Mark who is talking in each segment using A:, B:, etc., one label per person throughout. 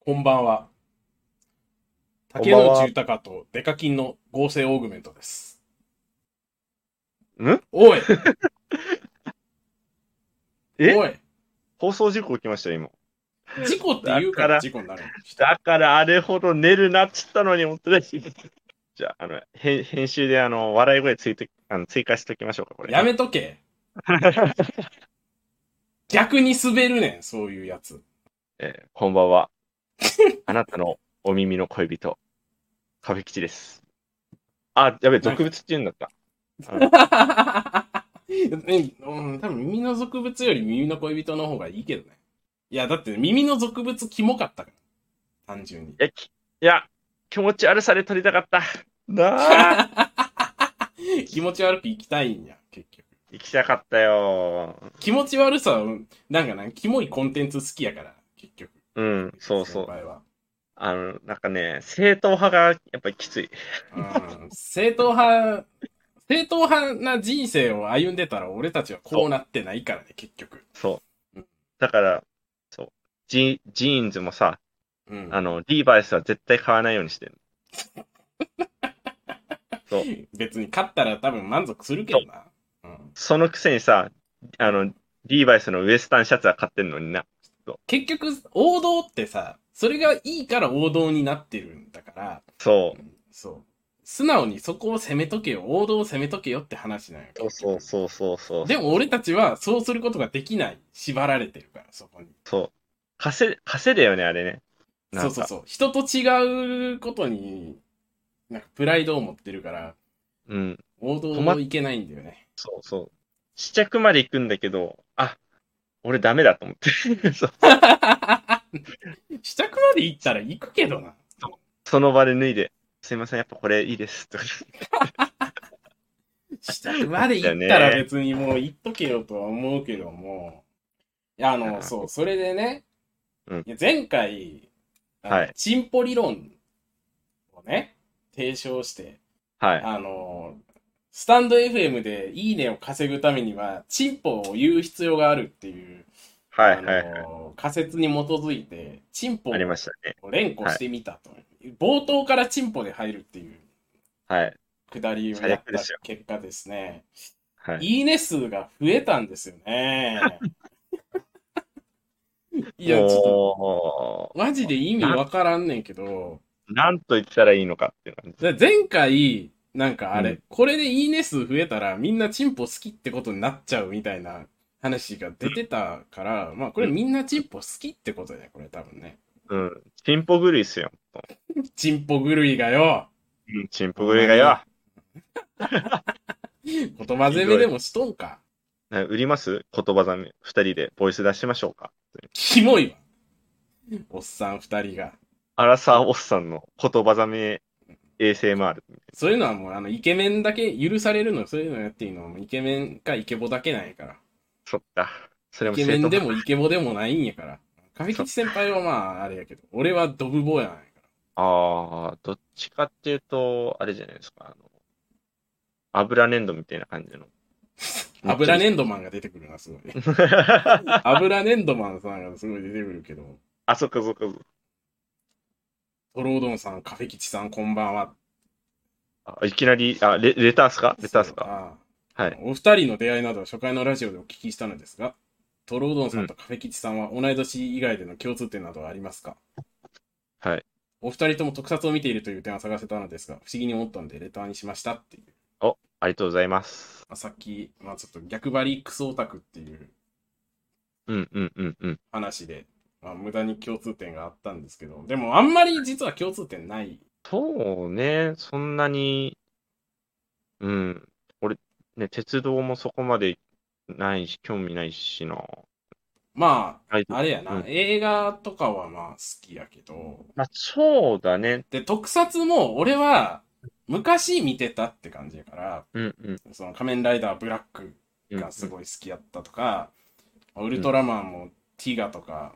A: こんばんは。
B: こん
A: 竹
B: ばんは
A: 野内豊とデカキンの合成オーグメントです。
B: ん
A: おい
B: え
A: おい
B: 放送事故起きましたよ、今。
A: 事故って言うか
B: だからら
A: 事故になるの。
B: だからあれほど寝るなっつったのに、 本当だし。じゃあ、あの、編編集で、あの、笑い声ついて、あの追加しておきましょうか、これ。
A: やめとけ。逆に滑るねん、そういうやつ。
B: えーこんばんは。あなたのお耳の恋人、カフェ吉です。あ、やべえ、毒物って言うんだった。
A: ねうん、多分耳の俗物より耳の恋人の方がいいけどね。いや、だって耳の俗物キモかったから。単純に。
B: え、きいや、気持ち悪さで撮りたかった。なあ、
A: 気持ち悪く生きたいんや、結局。
B: 行きたかったよ。
A: 気持ち悪さは、なんかな、キモいコンテンツ好きやから、結局。
B: うん、そうそう
A: 先。輩は。
B: あの、なんかね、正統派がやっぱりきつい。
A: うん正統派、正統派な人生を歩んでたら、俺たちはこうなってないからね、結局。。
B: そううんだから、そう。ジジーンズもさ、
A: うん。
B: あの、リーバイスは絶対買わないようにしてる。
A: 別に勝ったら多分満足するけどな。うん、
B: そのくせにさ、あの、リーバイスのウエスタンシャツは買ってんのにな。
A: 結局、王道ってさ、それがいいから王道になってるんだから、
B: そうう。
A: んそう。素直にそこを攻めとけよ、王道を攻めとけよって話なんよ。
B: そうそうそうそうそう。
A: でも俺たちはそうすることができない。縛られてるから、そこに。
B: そう。稼い、稼いだよね、あれね。なん
A: そ
B: か
A: うそうそう。人と違うことに、なんかプライドを持ってるから、
B: うん。
A: 王道
B: 止ま
A: もいけないんだよね。
B: そうそう。試着まで行くんだけど、あ、俺ダメだと思って。 そう
A: 試着まで行ったら行くけどな。
B: その場で脱いで、すいません、やっぱこれいいです。とか
A: 試着まで行ったら別にもう行っとけよとは思うけども。いや、あの、そう、それでね、
B: うん
A: いや前回、あの
B: はい
A: チンポ理論をね、提唱して、
B: はい。
A: あの、スタンド FM でいいねを稼ぐためには、チンポを言う必要があるっていう、
B: はいはい。
A: あの仮説に基づいて、チンポ
B: ありましたね。
A: を連呼してみたと、冒頭からチンポで入るっていう
B: はい。
A: くだりをやっ
B: 最悪です
A: た結果ですね、
B: はい。
A: いいね数が増えたんですよね。 いや、ちょっ
B: ょ
A: と、マジで意味わからんねんけど、
B: なんと言ったらいいのかっていう感じ。
A: で前回、なんかあれ、
B: う
A: これでいいね数増えたらみんなチンポ好きってことになっちゃうみたいな話が出てたから、まあこれみんなチンポ好きってことだよ、これ多分ね。
B: うん。チンポ狂いっすよ。
A: チンポ狂いがよ、
B: うん、チンポ狂いがよ。
A: 言葉攻めでもしとんか。
B: ね売ります言葉ざめ。二人でボイス出しましょうか。
A: キモいわ。おっさん二人が。
B: アラサーおっさんの言葉ざめ ASMR。
A: そういうのはもうあの、イケメンだけ許されるの、そういうのやっていいのはもうイケメンかイケボだけなんやから。
B: そっか。それ
A: イ
B: も
A: ケメンで
B: 正
A: もイケボでもないんやから。亀吉先輩はまあ、あれやけど、俺はドブボーやないから。
B: 当ああ、どっちかっていうと、あれじゃないですか。あの油粘土みたいな感 じの。
A: 油粘土マンが出てくるな、 すごい。
B: 土
A: 油粘土マンさんがすごい出てくるけど、
B: あ、そっかそっかそっか
A: トロードンさん、カフェキチさん、こんばんは。
B: あ。いきなり、あ、レレターっすかレターっすか
A: か
B: はい。
A: お二人の出会いなど初回のラジオでお聞きしたのですが、トロードンさんとカフェキチさんは同い年以外での共通点などはありますか
B: はい。
A: お二人とも特撮を見ているという点は探せたのですが、不思議に思ったのでレターにしましたっていう。
B: ありがとうございます。
A: まあ、さっき、まあ、ちょっと逆張りクソオタクっていう
B: うんうんうんうん。
A: 話で、まあ、無駄に共通点があったんですけど、でもあんまり実は共通点ない。
B: そうね、そんなに、うん、俺、ね、鉄道もそこまでないし、興味ないしな。
A: ま
B: あ
A: あ、あれやな、
B: うん
A: 映画とかはまあ好きやけど、
B: まあ、そうだね。
A: で、特撮も俺は昔見てたって感じやから、
B: うんうん。
A: その仮面ライダーブラック
B: うん
A: がすごい好きやったとか、ウルトラマンもティガとか、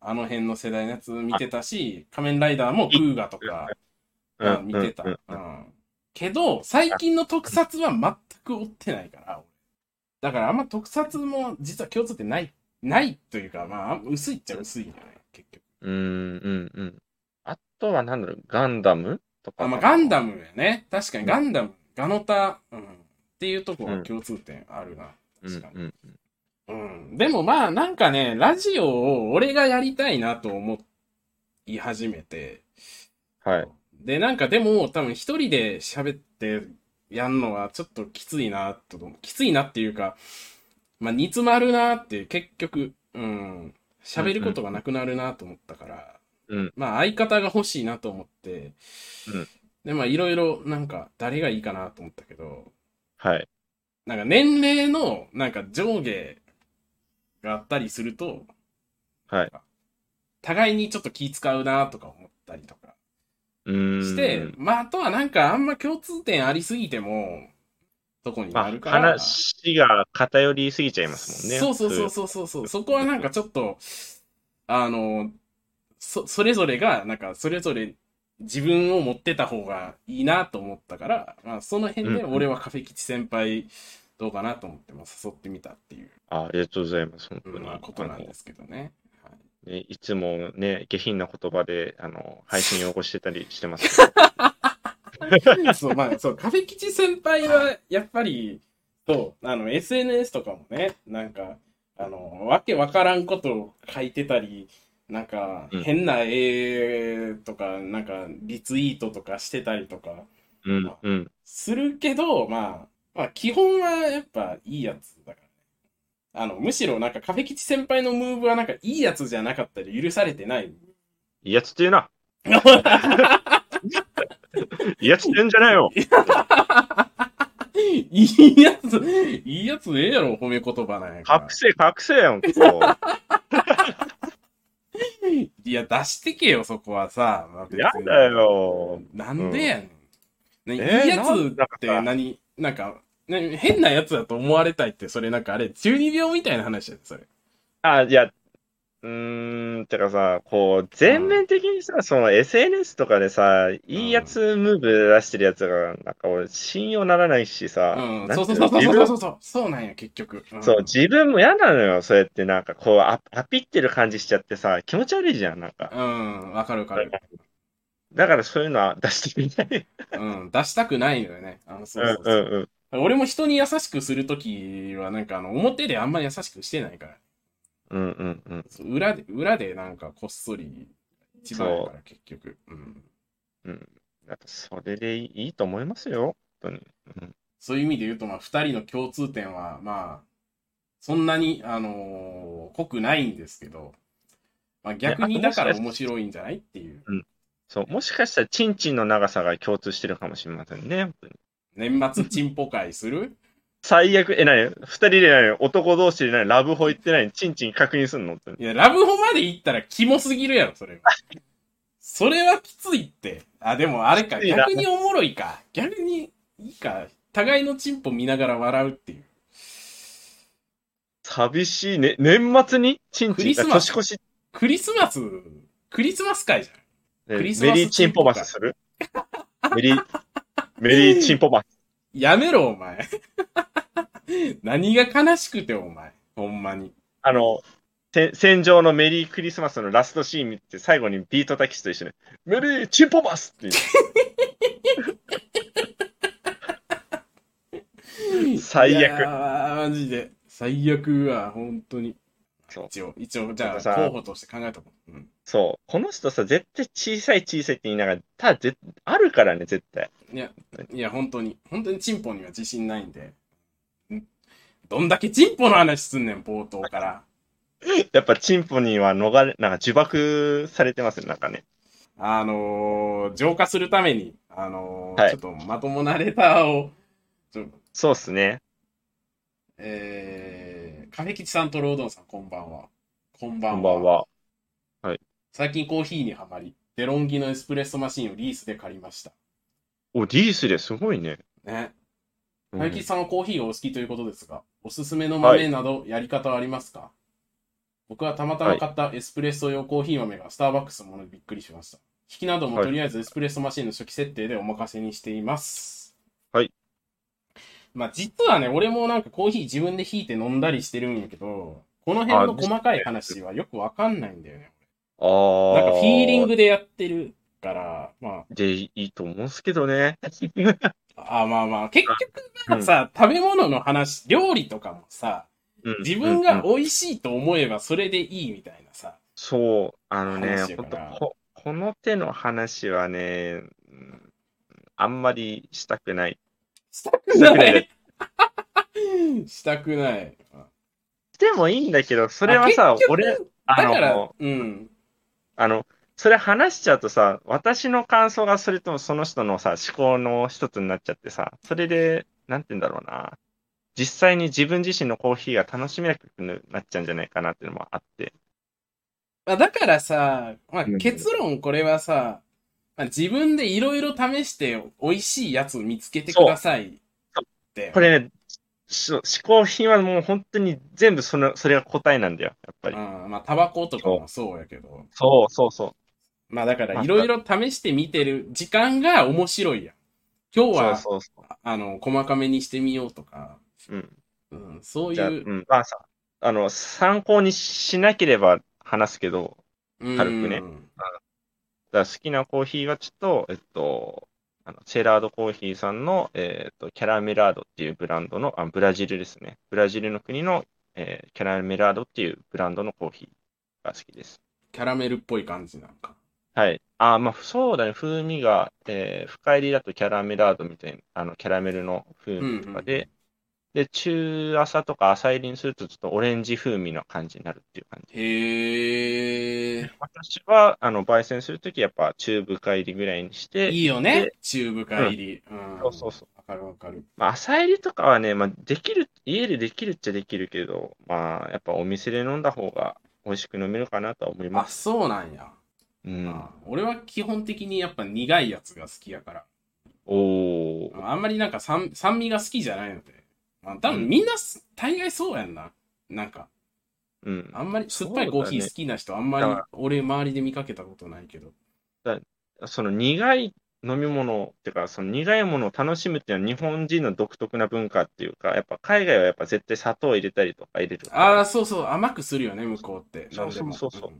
A: あの辺の世代のやつ見てたし、仮面ライダーもグーガとか
B: うん
A: うん見てた。
B: うんうん
A: うんけど、最近の特撮は全く追ってないから、だからあんま特撮も実は共通点ない、ないというか、まあ、薄いっちゃ薄いんじゃない結局。
B: うん、うん、うん。あとはなんだろう、ガンダムとか
A: あ、
B: か
A: ま
B: な。
A: あ、ガンダムやね。確かにガンダム、ガノタ、うん。っていうところが共通点あるな。
B: うん、
A: 確かに。
B: うん、
A: うん。でもまあ、なんかね、ラジオを俺がやりたいなと思い始めて。
B: はい。
A: で、なんかでも、多分一人で喋ってやんのはちょっときついな、と、きついなっていうか、まあ、煮詰まるなって、結局、うん、喋ることがなくなるなと思ったから、
B: うん
A: まあ、相方が欲しいなと思って、
B: うん
A: で、まあ、いろいろ、なんか、誰がいいかなと思ったけど、
B: はい。
A: なんか、年齢の、なんか、上下があったりすると、
B: はい。
A: 互いにちょっと気使うなとか思ったりとか、
B: うーん。
A: して、まあ、あとはなんかあんま共通点ありすぎても、どこに
B: ま
A: な
B: あ
A: る、から。
B: 話が偏りすぎちゃいますもんね。
A: そうそうそう
B: 普通
A: そうそうそう。そこはなんかちょっと、あの、そ、それぞれが、なんかそれぞれ自分を持ってた方がいいなと思ったから、まあ、その辺で
B: うん
A: 俺はカフェ吉先輩どうかなと思って、まあ、誘ってみたっていう、
B: あありがとうございます。本当
A: うん
B: に。
A: まあ、ことなん
B: あの
A: ですけどね。はい
B: ね、いつもね、下品な言葉で、あの、配信を汚してたりしてます けど。
A: そう、まあ、そう、壁吉先輩は、やっぱり、そう、あの、SNS とかもね、なんか、あの、わけわからんことを書いてたり、なんか、
B: うん
A: 変な絵とか、なんか、リツイートとかしてたりとか、
B: うん、うん。
A: するけど、まあ、まあ、基本はやっぱいいやつだからね。あの、むしろなんか、壁吉先輩のムーブはなんか、いいやつじゃなかったり許されてない。
B: いいやつって言うな。いいやつって言うんじゃないよ。
A: いいやつ、いいやつええやろ、褒め言葉なんやから
B: 隠。せ、隠せよ、こ
A: いや、出してけよ、そこはさ。まあ
B: う。やだ。よ。
A: 別になんでやねん。ね
B: えー
A: いいやつ
B: なん
A: って
B: か
A: 何、なんか、ね変なやつだと思われたいって、それなんかあれ、12秒みたいな話やで、それ。
B: あ、いや、うーん、てかさ、こう、全面的にさ、その SNS とかでさ、いいやつムーブ出してるやつが、なんか俺、信用ならないしさ、
A: うん、
B: なん
A: そう
B: て
A: そ
B: いう
A: そうそうそう
B: うの自分
A: そうそう。そうなんや、結局。うん
B: そう、自分も嫌なのよ、そうやってなんかこう、あ、アピってる感じしちゃってさ、気持ち悪いじゃん、なんか。
A: うん、わかるわかる。
B: だからそういうのは出してみたい。
A: うん、出したくないのよね。あの、そうそうそう。
B: うんうんうん。
A: 俺も人に優しくするときは、なんかあの、表であんまり優しくしてないから。
B: うんうんうん。
A: そう裏で、裏でなんかこっそり、一番やから、結局。うん。
B: なんかそれでいいと思いますよ、本当に。
A: そういう意味で言うと、まあ、二人の共通点は、まあ、そんなに、あのー濃くないんですけど、まあ、逆にだから面白いんじゃないっていう。
B: そう、もしかしたら、チンチンの長さが共通してるかもしれませんね、本当に。
A: 年末チンポ会する
B: 最悪、え、なに二人でなに男同士でなにラブホ行ってないチンチン確認すんのって。
A: いや、ラブホまで行ったらキモすぎるやろ、それは。それはきついって。あ、でもあれか、
B: きついな
A: 逆におもろいか。逆に、いいか。互いのチンポ見ながら笑うっていう。
B: 寂しいね。年末にチン
A: ク
B: チン
A: リスマス
B: 年越し、
A: クリスマス、クリスマス会じゃん。
B: ね
A: クリスマ
B: メ
A: ス
B: リーチンポマスす るメリー、メリーチンポマス。
A: やめろ、お前。 何が悲しくて、お前。ほんまに。
B: あの、せ戦場のメリークリスマスのラストシーン見て最後にビートたけしと一緒にメリーチンポマスって言う最
A: い
B: 悪。
A: やーマジで。最悪は、本当に。
B: そう
A: 一応、一応、じゃ
B: な
A: あ、
B: んかさ
A: 候補として考えとこう。うん。
B: そう。この人さ、絶対小さい小さいって言いながら、ただぜ、あるからね、絶対。
A: いや、本当に。本当にチンポには自信ないんで。んどんだけチンポの話すんねん、冒頭から。
B: やっぱチンポには逃れ、なんか呪縛されてますね、なんかね。
A: あのー、浄化するために、あのー
B: はい
A: ちょっとまともなレターを、ちょ
B: そうっすね。
A: えー、亀吉さんとロードンさん、こんばんは。こんばん
B: こ
A: は。
B: んばんは。
A: 最近コーヒーにはまり、デロンギのエスプレッソマシンをリースで借りました。
B: お、リースですごいね。
A: ね。
B: うん
A: 大吉さんはコーヒーがお好きということですが、おすすめの豆などやり方はありますか、僕はたまたま買ったエスプレッソ用コーヒー豆がスターバックスのものでびっくりしました。引きなども
B: はい
A: とりあえずエスプレッソマシンの初期設定でお任せにしています。
B: はい。
A: まあ実はね、俺もなんかコーヒー自分で引いて飲んだりしてるんやけど、この辺の細かい話はよくわかんないんだよね。
B: ああ。
A: なんかフィーリングでやってるから、ま
B: でいいと思うんすけ どね。
A: あ、あまあまあ、結局なんかさ、食べ物の話、料理とかもさ、
B: うん
A: 自分
B: うん
A: が
B: うん
A: 美味しいと思えばそれでいいみたいなさ。
B: そう、あのね、
A: 話や
B: ほん
A: か
B: と
A: ら
B: こ、この手の話はね、うんあんまりしたくない。
A: したくな
B: ない
A: い。 したくない。
B: でもいいんだけど、それは
A: あ
B: さ
A: 結、局
B: 俺、
A: だ
B: あ
A: から
B: の、、
A: うん。
B: あの、それ話しちゃうとさ、私の感想がそれともその人のさ、思考の一つになっちゃってさ、それで、なんて言うんだろうな。実際に自分自身のコーヒーが楽しめなくなっちゃうんじゃないかなっていうのもあって。
A: まあだからさ、まあ、
B: うん
A: 結論これはさ、まあ、自分でいろいろ試して美味しいやつ見つけてくださいって。
B: これね、し思考品はもう本当に全部その、それが答えなんだよ、やっぱり
A: う。ん、まあ、タバコとかもそうやけど。
B: そうそうそう。
A: まあだから、いろいろ試してみてる時間が面白いやん。今日は、
B: そうそう
A: あの、細かめにしてみようとか、
B: そう。うん。
A: うん、そうい
B: じゃあ、う
A: う、
B: ん。まあさ、あの、参考にしなければ話すけど、
A: うん、
B: 軽くねだから好きなコーヒーはちょっと、えっと、あのチェラードコーヒーさんの、えっと、キャラメラードっていうブランドの、あ、ブラジルですね。ブラジルの国の、えーキャラメラードっていうブランドのコーヒーが好きです。
A: キャラメルっぽい感じなんか。
B: はい。あ、まあ、そうだね。風味が、えー深入りだとキャラメラードみたいな、あの、キャラメルの風味とかで、で、中朝とか朝入りにすると、ちょっとオレンジ風味の感じになるっていう感じ。
A: へえ、
B: 私は、あの、焙煎するとき、やっぱ中深入りぐらいにして、
A: いいよね
B: で、
A: チューブ入り。うん。。
B: そうそうそう
A: わかるわかる。
B: まあ、朝入りとかはね、まあ、できる、家でできるっちゃできるけど、まあ、やっぱお店で飲んだ方が美味しく飲めるかなとは思い
A: あ、
B: ます。
A: そうなんや。
B: うん。
A: あ俺は基本的にやっぱ苦いやつが好きやから。
B: おー。
A: あんまりなんか酸酸味が好きじゃないので。まあ、多
B: う
A: 分
B: ん
A: みんなす大概そうやんな。なんか、
B: うん。
A: あんまり酸っぱいコーヒー好きな人、あんまり
B: だから
A: 俺周りで見かけたことないけど。
B: その苦い飲み物っていうか、その苦いものを楽しむっていうのは日本人の独特な文化っていうか、やっぱ海外はやっぱ絶対砂糖入れたりとか入れるから
A: ああ、そうそう、甘くするよね、向こうって。
B: そうそう
A: なんでも
B: そうそう
A: うん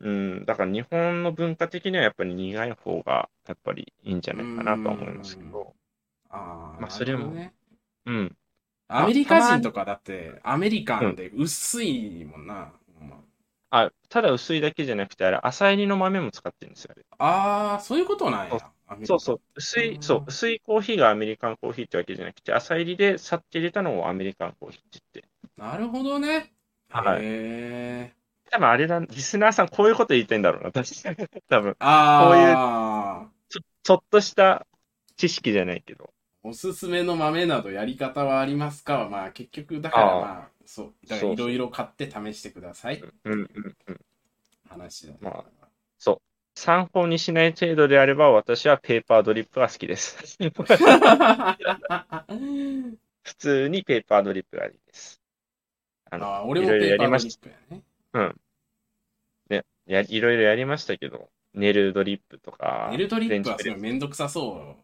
B: うん、だから日本の文化的にはやっぱり苦い方がやっぱりいいんじゃないかなとは思いますけど、
A: ああ、
B: まあそれも
A: なるほどね。
B: うん、
A: アメリカ人とかだって、アメリカンで薄いもんな。ま
B: あ、ただ薄いだけじゃなくて、あれ、浅入りの豆も使ってるんですよ、あれ。
A: ああー、そういうことなんや。アメリカ、
B: そうそう、薄い、そううん薄いコーヒーがアメリカンコーヒーってわけじゃなくて、浅入りでさって入れたのをアメリカンコーヒーって言って。
A: なるほどね。
B: は
A: へ
B: い
A: え。
B: 多分あれだ、リスナーさんこういうこと言いたいんだろうな、 確かに。多分、
A: ああ、
B: ちょっとした知識じゃないけど。
A: おすすめの豆などやり方はありますかは、まあ結局、だから
B: あー
A: まあ、そう、だからいろいろ買って試してくださいって
B: うん、うん、うん。
A: 話だね。
B: まそう。参考にしない程度であれば、私はペーパードリップが好き です。
A: あ
B: 普通にペーパードリップがいいです。あの、
A: あー、俺も
B: いろいろ
A: ペ
B: や
A: ーパ
B: り
A: ード
B: ま
A: リ
B: し
A: ップやね。
B: や、いろいろやりましたけど、ネルドリップとか、
A: ネルトリップは
B: フ
A: すごい
B: レンチプレス
A: めんどくさそ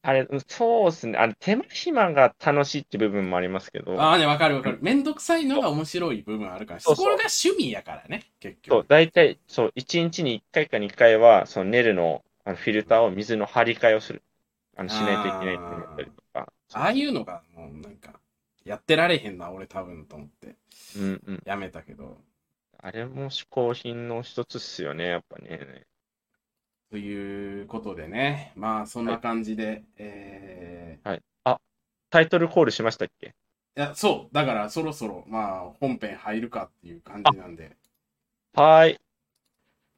B: あれ、うんそうですね。あの、手間暇が楽しいって部分もありますけ
A: う。
B: ど、
A: ああね、わかるわかる。めんどくさいのが面白い部分あるから、
B: そ
A: そう
B: そう
A: こが趣味やからね、結
B: そう、
A: 局。
B: 大体、そう、1日に1回か2回は、そのネルの、あのフィルターを水の張り替えをする。あの、しないといけないって思ったりとか。
A: ああいうのが、もうなんか、やってられへんな、俺多分と思って、
B: うんうん。
A: やめたけど。
B: あれも嗜好品の一つっすよね、やっぱね。
A: ということでね、まあそんな感じで、え
B: タイトルコールしましたっけ
A: ーいや、そう、だからそろそろ、まあ本編入るかっていう感じなんで、
B: はーい。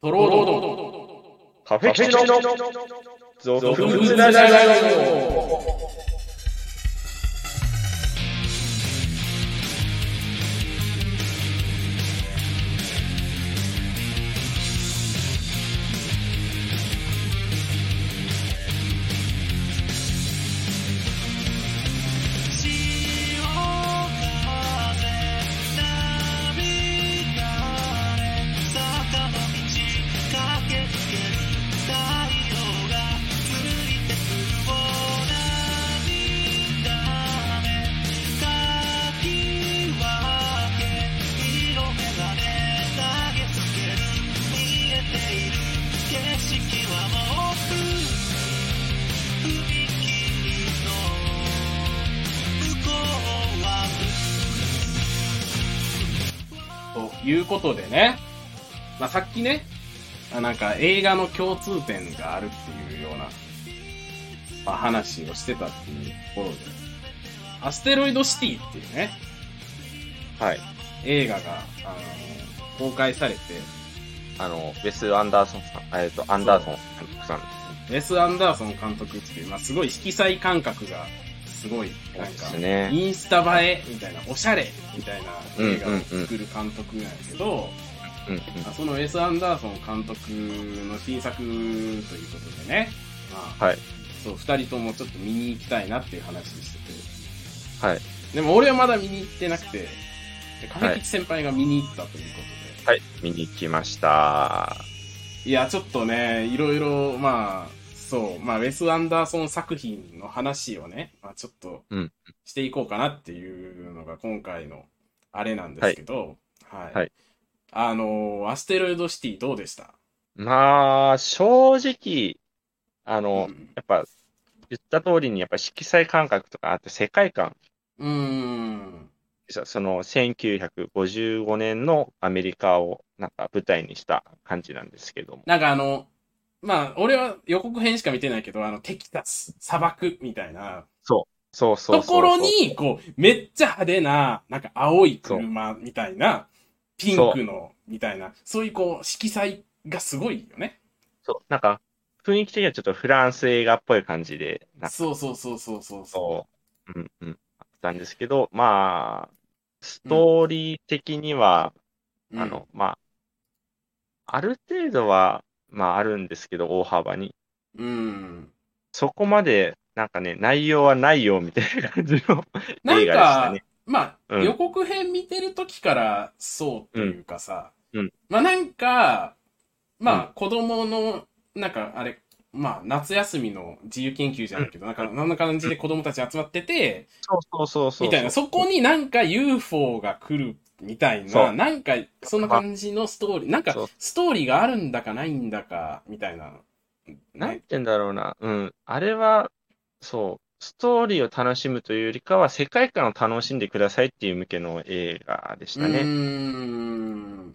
A: トロード
B: カフェキチノ、ゾ
A: ド
B: フ
A: ド
B: ム
A: ムズ
B: ズ
A: ラ
B: ラ
A: ジ
B: ジ
A: オ
B: オ。
C: 「空を眺めて」時期はもうすぐ踏切の向こうは
A: ということでね、まあ、さっきね、あなんか映画の共通点があるっていうような、まあ、話をしてたっていうところで、アステロイドシティっていうね、
B: はい。
A: 映画が、あの公開されて、
B: あの、ベス・アンダーソンさん、えっ、と、アンダーソン監督さん
A: レス・アンダーソン監督っていう、まあ、すごい色彩感覚が、すごい、なん
B: で
A: か
B: す、ね。
A: インスタ映えみたいな、おしゃれみたいな映画を作る監督なんやけど、
B: うんうん。
A: あそのウェス・アンダーソン監督の新作ということでね、まあ、
B: はい。
A: そう、二人ともちょっと見に行きたいなっていう話して
B: はい。
A: て。でも俺はまだ見に行ってなくて、で、亀吉先輩が見に行ったということで、
B: はい。見に行きました。
A: いや、ちょっとね、いろいろ、まあ、そう、まあ、ウェス・アンダーソン作品の話をね、まあ、ちょっと
B: うん
A: していこうかなっていうのが今回のあれなんですけど、はい。
B: はい
A: あのーアステロイドシティどうでした
B: まあ、正直、あの、
A: うん
B: やっぱ、言った通りに、やっぱ色彩感覚とかあって世界観
A: うーん。
B: でしたその1955年のアメリカをなんか舞台にした感じなんですけども。
A: なんかあの、まあ、俺は予告編しか見てないけど、あの、テキサス、砂漠みたいな
B: そうそう
A: と
B: そうそ
A: こ
B: う
A: ろに、こう、めっちゃ派手な、なんか青い車みたいな、ピンクの、みたいな、そういうこう、色彩がすごいよね。
B: そう、なんか、雰囲気的にはちょっとフランス映画っぽい感じで、なんか
A: そうそうそうそうそうそ
B: そう、うんうん、あったんですけど、まあ、ストーリー的には、
A: う。うん
B: あ、の、まあ、ある程度は、まあ、あるんですけど、大幅に。
A: うん。
B: そこまで、なんかね、内容はないよ、みたいな感じの
A: なん
B: 映画でした
A: か
B: ね。、
A: まあ、
B: うん
A: 予告編見てる時からそうというかさ、
B: うんうん
A: まあなんか、まあ
B: う
A: 子供の、なんかあれ、まあ夏休みの自由研究じゃないけど、なんかそんな感じで子供たち集まってて、
B: そうそうそうそう。
A: みたいな、そこになんか UFO が来るみたい
B: そ
A: な、
B: う
A: なんかそんな感じのストーリー、なんか
B: そう
A: ストーリーがあるんだかないんだか、みたいな。
B: なんて
A: ね。
B: 言うんだろうな。うん。あれは、そう、ストーリーを楽しむというよりかは、世界観を楽しんでくださいっていう向けの映画でし
A: う
B: たね。
A: ーん。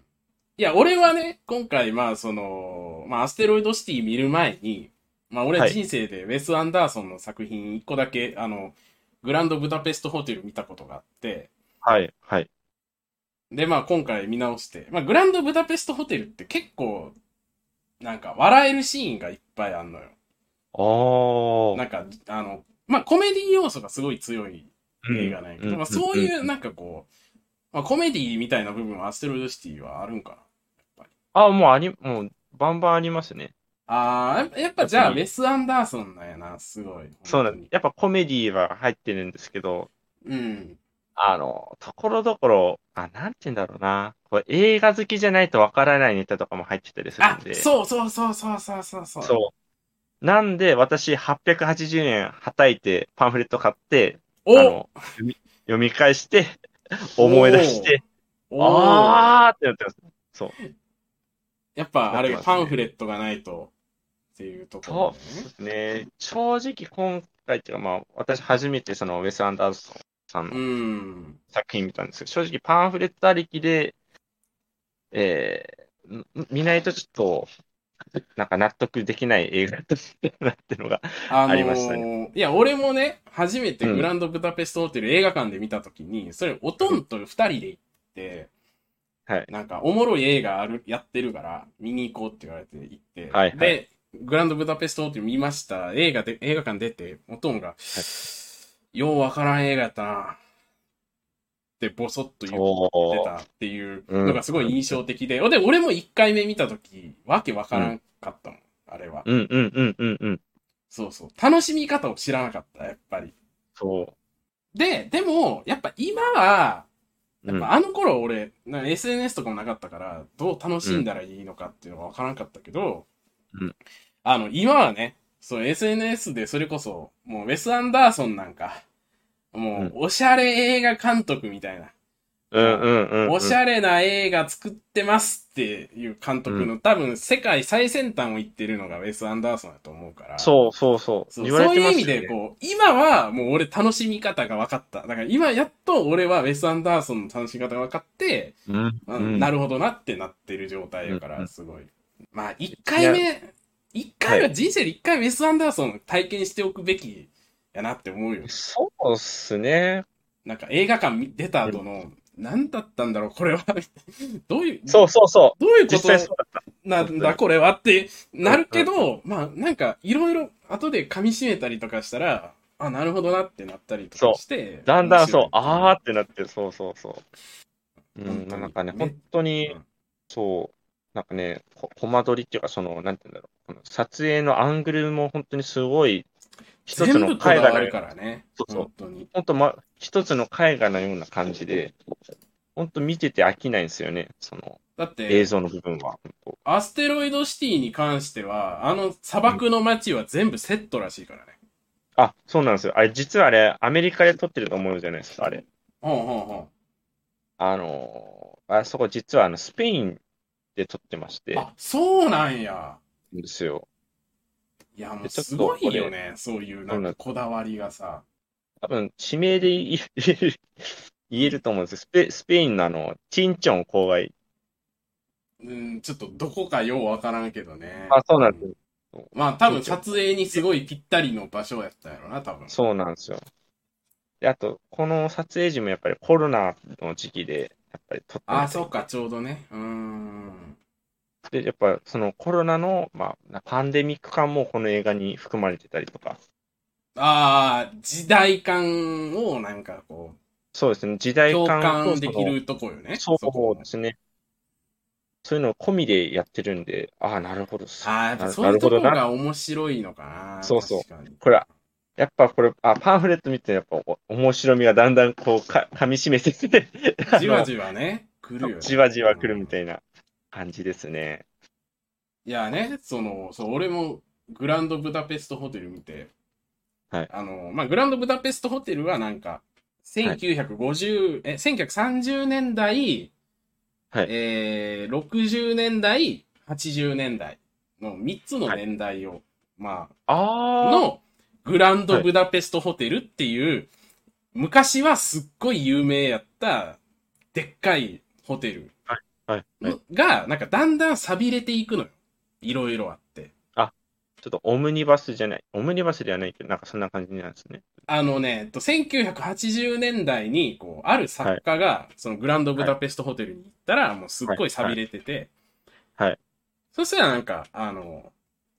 A: いや、俺はね、今回、まあ、その、まあ、アステロイドシティ見る前に、まあ、俺は
B: はい
A: 人生でウェス・アンダーソンの作品一個だけ、あの、グランド・ブダペスト・ホテル見たことがあって、
B: はい、はい。
A: で、まあ、今回見直して、まあ、グランド・ブダペスト・ホテルって結構、なんか、笑えるシーンがいっぱいあんのよ。
B: おー。
A: なんか、あの、まあ、コメディ要素がすごい強い
B: うん
A: 映画なんやけど、
B: うん
A: まあ、そういう、
B: ん
A: なんかこう、まあ、コメディみたいな部分はアステロイドシティはあるんかな。
B: あ、もうあり、もう、バンバンありますね。
A: ああ、やっぱじゃあ、
B: やっ
A: ウ
B: ぱり
A: ェス・アンダーソンなんやな、すごい。
B: そうなんです。やっぱコメディは入ってるんですけど、
A: うん。
B: あの、ところどころ、あ、なんて言うんだろうな。これ映画好きじゃないとわからないネタとかも入ってたりする
A: あ
B: ん、で。
A: そうそうそうそうそうそうそう。
B: そう。なんで、私、880円はたいて、パンフレット買って、あ
A: お
B: の、読み、読み返して、思い出して、
A: おー
B: あーってなってます。そう。
A: やっぱあれ
B: な
A: が
B: ってま
A: パ
B: すね
A: ンフレットがないと、っていうところ
B: そ
A: だ
B: う
A: よ
B: で
A: ね。
B: すね。正直、今回っていうか、まあ、私、初めてその、ウェス・アンダーソンさんの
A: うん。
B: 作品見たんですけど、正直、パンフレットありきで、えー、ん見ないとちょっと、なんか納得できない映画だったなっていうのが、
A: あのー
B: ありました
A: いや、俺もね、初めてグランドブダペストホテル映画館で見たときに、それ、おとんと二人で行って、
B: はい
A: なんか、おもろい映画ある、やってるから、見に行こうって言われて行って、
B: はいはい
A: で、グランドブダペストホテル見ました。映画で、映画館出て、おとんが、ようわからん映画やったな。って、ボソッと言
B: お
A: って
B: ー
A: たっていうのがすごい印象的で、で、俺も一回目見たとき、わけわからんかったもん、あれは。
B: うんうんうんうんうん。
A: そうそう。楽しみ方を知らなかった、やっぱり。
B: そ
A: で、でも、やっぱ今は、
B: う。う
A: やっ
B: ん
A: ぱあの頃俺、なんか SNS とかもなかったから、どう楽しんだらいいのかっていうのはわからんかったけど、
B: うん
A: あの、今はね、そう SNS でそれこそ、もうウェス・アンダーソンなんか、もうおしゃれ映画監督みたいな、
B: うんうんうんうん。
A: おしゃれな映画作ってますっていう監督の、多分世界最先端を言ってるのがウェス・アンダーソンだと思うから。
B: そうそうそう。
A: そう
B: 言われて
A: そうい
B: ま
A: う
B: す
A: 意
B: よ、ね。
A: 味で、こう、今はもう俺楽しみ方が分かった。だから今やっと俺はウェス・アンダーソンの楽しみ方が分かって、
B: うん
A: あ
B: うん
A: なるほどなってなってる状態だか
B: うんう
A: ら、
B: ん
A: すごい。まあ、一回目、一回は人生で一回ウェス・アンダーソン体験しておくべきやなって思うよ。
B: そうっすね。
A: なんか映画館見出た後の、何だったんだろう、これは。 どういう、
B: そうそうそう。
A: どういうこ
B: 実際そう
A: と
B: だった。
A: なんだ、これはってなるけど、まあ、なんか、いろいろ後で噛み締めたりとかしたら、あ、なるほどなってなったりとかして。
B: だんだんそう、あー
A: あ
B: ってなってる、そうそうそう。う
A: 本
B: ん、
A: 当に
B: なんかね、
A: ね
B: 本当に
A: うん、
B: そう、なんかね、こコマ撮りっていうか、その、なんて言うんだろう、この撮影のアングルも本当にすごい、一つ
A: 全部
B: の
A: こだ
B: 絵画
A: わ
B: の
A: る
B: よう
A: か
B: な、
A: らね。
B: そうそう
A: 本当に。
B: 本当、ま、一つの絵画のような感じで、本当見てて飽きないんですよね、その
A: だって、
B: 映像の部分は。本当
A: アステロイドシティに関しては、あの砂漠の街は全部セットらしいからね。
B: あ、そうなんですよ。あれ、実はあれ、アメリカで撮ってると思うじゃないですか、あれ。
A: ほうほうほ
B: あのーあそこ実はあのスペインで撮ってまして、
A: う。あ、そうなんや。
B: んですよ。
A: いや、もう
B: でちょっと
A: すごいよね。そういう、なんかこだわりがさ。
B: 多分、地名で言え言えると思うんですけど、スペ、スペインのあの、チンチョン郊外。
A: うん、ちょっとどこかようわからんけどね。
B: あ、そうなんですよ。
A: まあ多分撮影にすごいぴったりの場所やったんやろな、多分。
B: そうなんですよ。で、あと、この撮影時もやっぱりコロナの時期で、やっぱり撮って
A: ああ、
B: ます
A: そうか、ちょうどね。うーん。
B: で、やっぱそのコロナの、まあ、パンデミック感もこの映画に含まれてたりとか、
A: ああ、時代感をなんかこ
B: そうですね、時
A: う、
B: 代
A: 共
B: 感と
A: 感で
B: そ
A: き
B: の
A: るとこよね。
B: そう
A: こ
B: ですね。そういうのを込みでやってるんで、ああ、なるほど。
A: ああ、やっぱ
B: な
A: そういうとこ
B: なるほどな。
A: が面白いのかな。
B: そうそう
A: 確かに
B: これ、やっぱこれ、あ、パンフレット見て、やっぱお面白みがだんだんこうか、噛み締めてきて、
A: じわじわね、来るよ、ね。
B: じわじわ来るみ
A: い。
B: たいな感じですね。
A: いやね、その、そう、俺もグランドブダペストホテル見て、
B: はい
A: あの、まあ、グランドブダペストホテルはなんか、
B: い
A: 1950、え、1930年代、
B: はい
A: えー、60年代、80年代の3つの年代を、まあ、
B: あ
A: の、グランドブダペストホテルっていう、昔はすっごい有名やった、でっかいホテル
B: あ、はい、はい。ちょ
A: が、なんかだんだん錆びれていくのよ。いろいろあって。
B: っとオムニバスじゃない、オムニバスではないけど、なんかそんな感じなんですね。
A: あのね、えっと1980年代に、こう、ある作家が、そのグランドブダペストホテルに行ったら、もうすっごい錆びれてて、
B: はいはい
A: そしたらなんか、あの、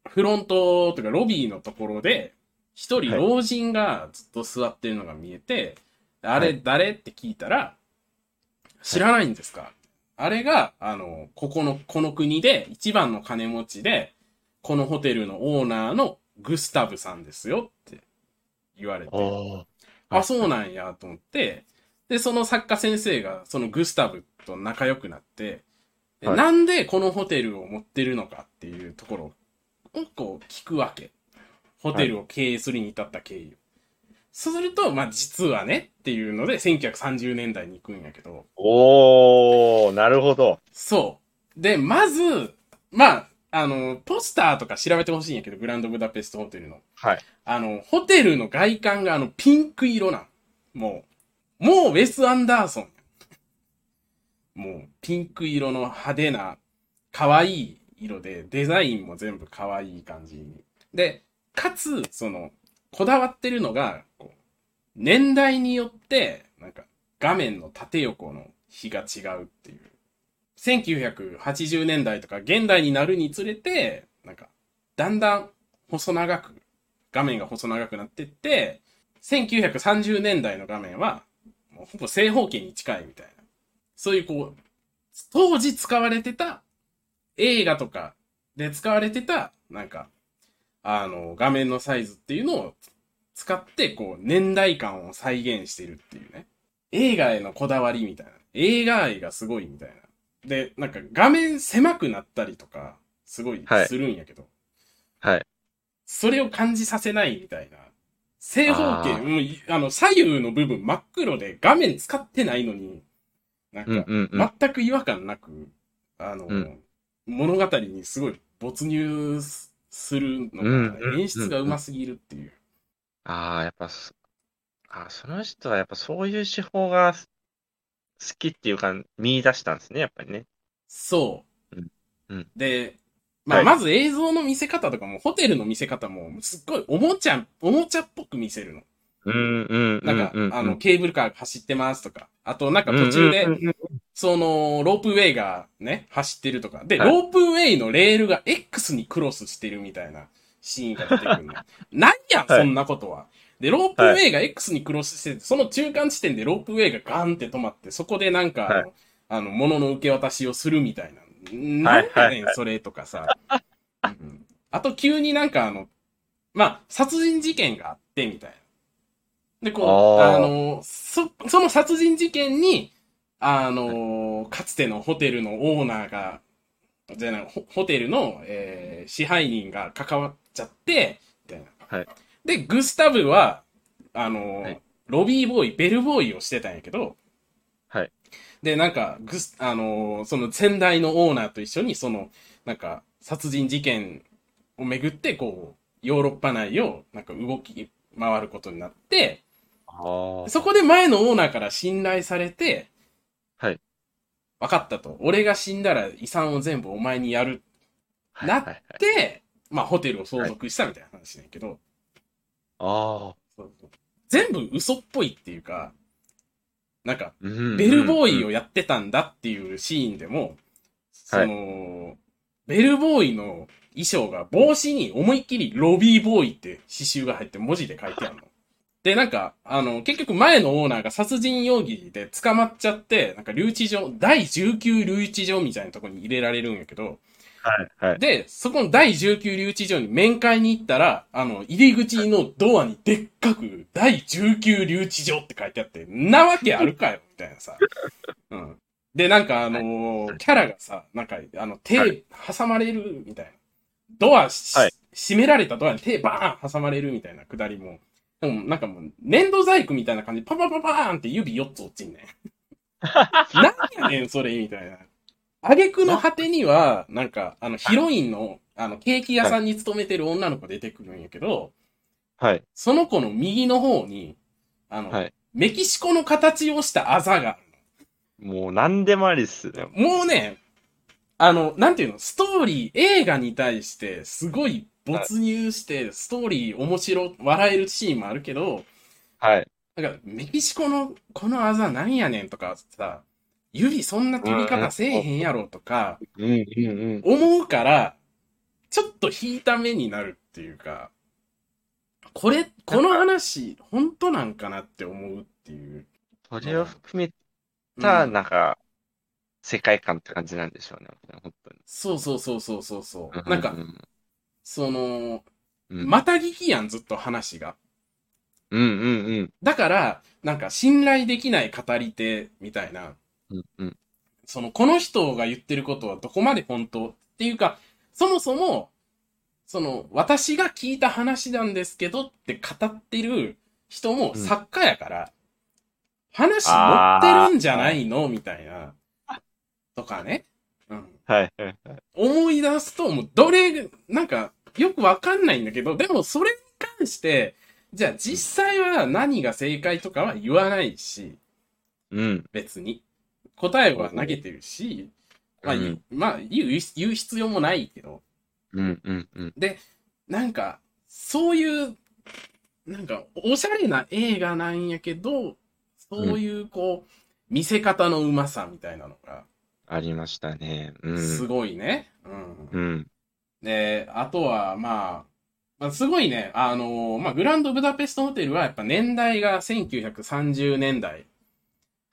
A: フロントというかロビーのところで、一人
B: はい
A: 老人がずっと座ってるのが見えて、あ
B: は
A: れ誰って聞いたら、知らないんですかあれが、あの、ここの、この国で一番の金持ちで、このホテルのオーナーのグスタブさんですよって言われて。
B: あ
A: あ、そうなんやと思って、で、その作家先生が、そのグスタブと仲良くなって、で
B: はい
A: なんでこのホテルを持ってるのかっていうところをこう聞くわけ。ホテルを経営するに至った経緯を。そうすると、まあ実はねっていうので、1930年代に行くんやけど、
B: おー、なるほど。
A: そう。で、まず、まあ、あの、ポスターとか調べてほしいんやけど、グランドブダペストホテルの。
B: はい。
A: あの、ホテルの外観があの、ピンク色なん。もう、もうウェス・アンダーソン。もう、ピンク色の派手な、可愛い色で、デザインも全部可愛い感じに。で、かつ、その、こだわってるのが、こう年代によって、なんか、画面の縦横の比が違うっていう。1980年代とか現代になるにつれて、なんか、だんだん細長く画面が細長くなってって、1930年代の画面は、もうほぼ正方形に近いみたいな。そういうこう、当時使われてた映画とかで使われてた、なんか、あの、画面のサイズっていうのを使って、こう、年代感を再現してるっていうね。映画へのこだわりみたいな。映画愛がすごいみたいな。で、なんか画面狭くなったりとか、すごい
B: はい
A: するんやけど、
B: はい。
A: それを感じさせないみたいな。正方
B: あ
A: 形、
B: ー
A: もういあの、左右の部分真っ黒で画面使ってないのに、なん
B: うん
A: か、
B: うんうん。
A: 全く違和感なく、あの、
B: うん
A: 物語にすごい没入すするのが、
B: うん
A: 演出がうますぎるっていう。
B: ああ、やっぱそ、あーその人はやっぱそういう手法が好きっていうか、見出したんですね、やっぱりね。
A: そう。
B: うん
A: で、まあ、
B: はい
A: まず映像の見せ方とかも、ホテルの見せ方も、すっごいおもちゃ、おもちゃっぽく見せるの。
B: うんうん
A: なんか、
B: うんうん
A: あ
B: う
A: の、
B: ん
A: ケーブルカーが走ってますとか、あとなんか途中で、
B: うんうんうんうん
A: その、ロープウェイがね、走ってるとか。で、
B: はい
A: ロープウェイのレールが X にクロスしてるみたいなシーンが出てく るの。なんや、
B: はい
A: そんなことは。で、ロープウェイが X にクロスしてて、その中間地点でロープウェイがガンって止まって、そこでなんか、
B: はい
A: あの、物の受け渡しをするみたいな。な
B: は
A: ん
B: い
A: やねん、それとかさ。うんあと、急になんかあの、まあ、殺人事件があって、みたいな。で、こう、
B: あー
A: あの、そ、その殺人事件に、あのーかつてのホテルのオーナーが、じゃない、ホホテルの、えー支配人が関わっちゃって、みたいな。
B: はい
A: で、グスタブは、あのー
B: はい
A: ロビーボーイ、ベルボーイをしてたんやけど、
B: はい
A: で、なんか、グス、あのーその先代のオーナーと一緒に、その、なんか、殺人事件をめぐって、こう、ヨーロッパ内を、なんか動き回ることになって、
B: ああ。
A: そこで前のオーナーから信頼されて、
B: はい。
A: 分かったと。俺が死んだら遺産を全部お前にやる
B: はい
A: な
B: はいはい
A: って、まあホテルを相続したみたいな話だけど、
B: ああ。
A: そうそう全部嘘っぽいっていうか、なんか、
B: うん
A: ベルボーイ
B: を。
A: をやってたんだっていうシーンでも、その、ベルボーイの衣装が帽子に思いっきりロビーボーイって刺繍が入って文字で書いてあるの。で、なんか、あの、結局前のオーナーが殺人容疑で捕まっちゃって、なんか留置場、第19留置場みたいなとこに入れられるんやけど、
B: はいはい。
A: で、そこの第19留置場に面会に行ったら、あの、入り口のドアにでっかく、第19留置場って書いてあって、なわけあるかよ、みたいなさ。うん。で、なんかあのーキャラがさ、なんか、あの、
B: は
A: 手挟まれる、みたいな。ドアし、
B: はい
A: 閉められたドアに手バーン挟まれるみたいなくだりも、でもなんかもう、粘土細工みたいな感じで、パパパパーンって指4つ落ちん ねん。なんやねん、それ、みたいな。挙句の果てには、なんか、あの、ヒロインの、あの、ケーキ屋さんに勤めてる女の子出てくるんやけど、
B: はい。
A: その子の右の方に、あの、
B: はい
A: メキシコの形をしたあざがあ
B: もう何でもありっすね
A: る。の。もうね、あの、なんていうの、ストーリー、映画に対して、すごい没入して、ストーリー面白、笑えるシーンもあるけど、
B: はい。
A: なんか、メキシコのこのあざなんやねんとかさ、指そんな飛び方せえへんやろとか、
B: うんうんうん。
A: 思うから、ちょっと引いた目になるっていうか、これ、この話、本当なんかなって思うっていう。
B: それを含め
A: うん
B: た、なんか、世界観って感じなんでしょうね。本
A: そうそうそうそうそうそ
B: 当に。
A: う。なんか
B: う、
A: その、
B: うん、
A: また聞きやん、ずっと話が。
B: うんうんうん。
A: だから、なんか、信頼できない語り手みたいな、
B: うんうん。
A: その、この人が言ってることはどこまで本当っていうか、そもそも、その、私が聞いた話なんですけどって語ってる人も
B: うん
A: 作家やから、話持ってるんじゃないのみたいな、とかね。うん。
B: はいはいはい。
A: 思い出すと、もうどれ、なんか、よくわかんないんだけど、でもそれに関して、じゃあ実際は何が正解とかは言わないし、
B: うん。
A: 別に。答えは投げてるし、まあ、
B: うん
A: 言うまあ言う、言う必要もないけど、
B: うんうんうん。
A: なんか、そういう、なんか、おしゃれな映画なんやけど、そういう、こう、見せ方のうまさみたいなのが、
B: ありましたね。うん。
A: すごいね。うん
B: うん。
A: で、あとは、まあ、まあ、すごいね、あのまあ、グランドブダペストホテルはやっぱ年代が1930年代。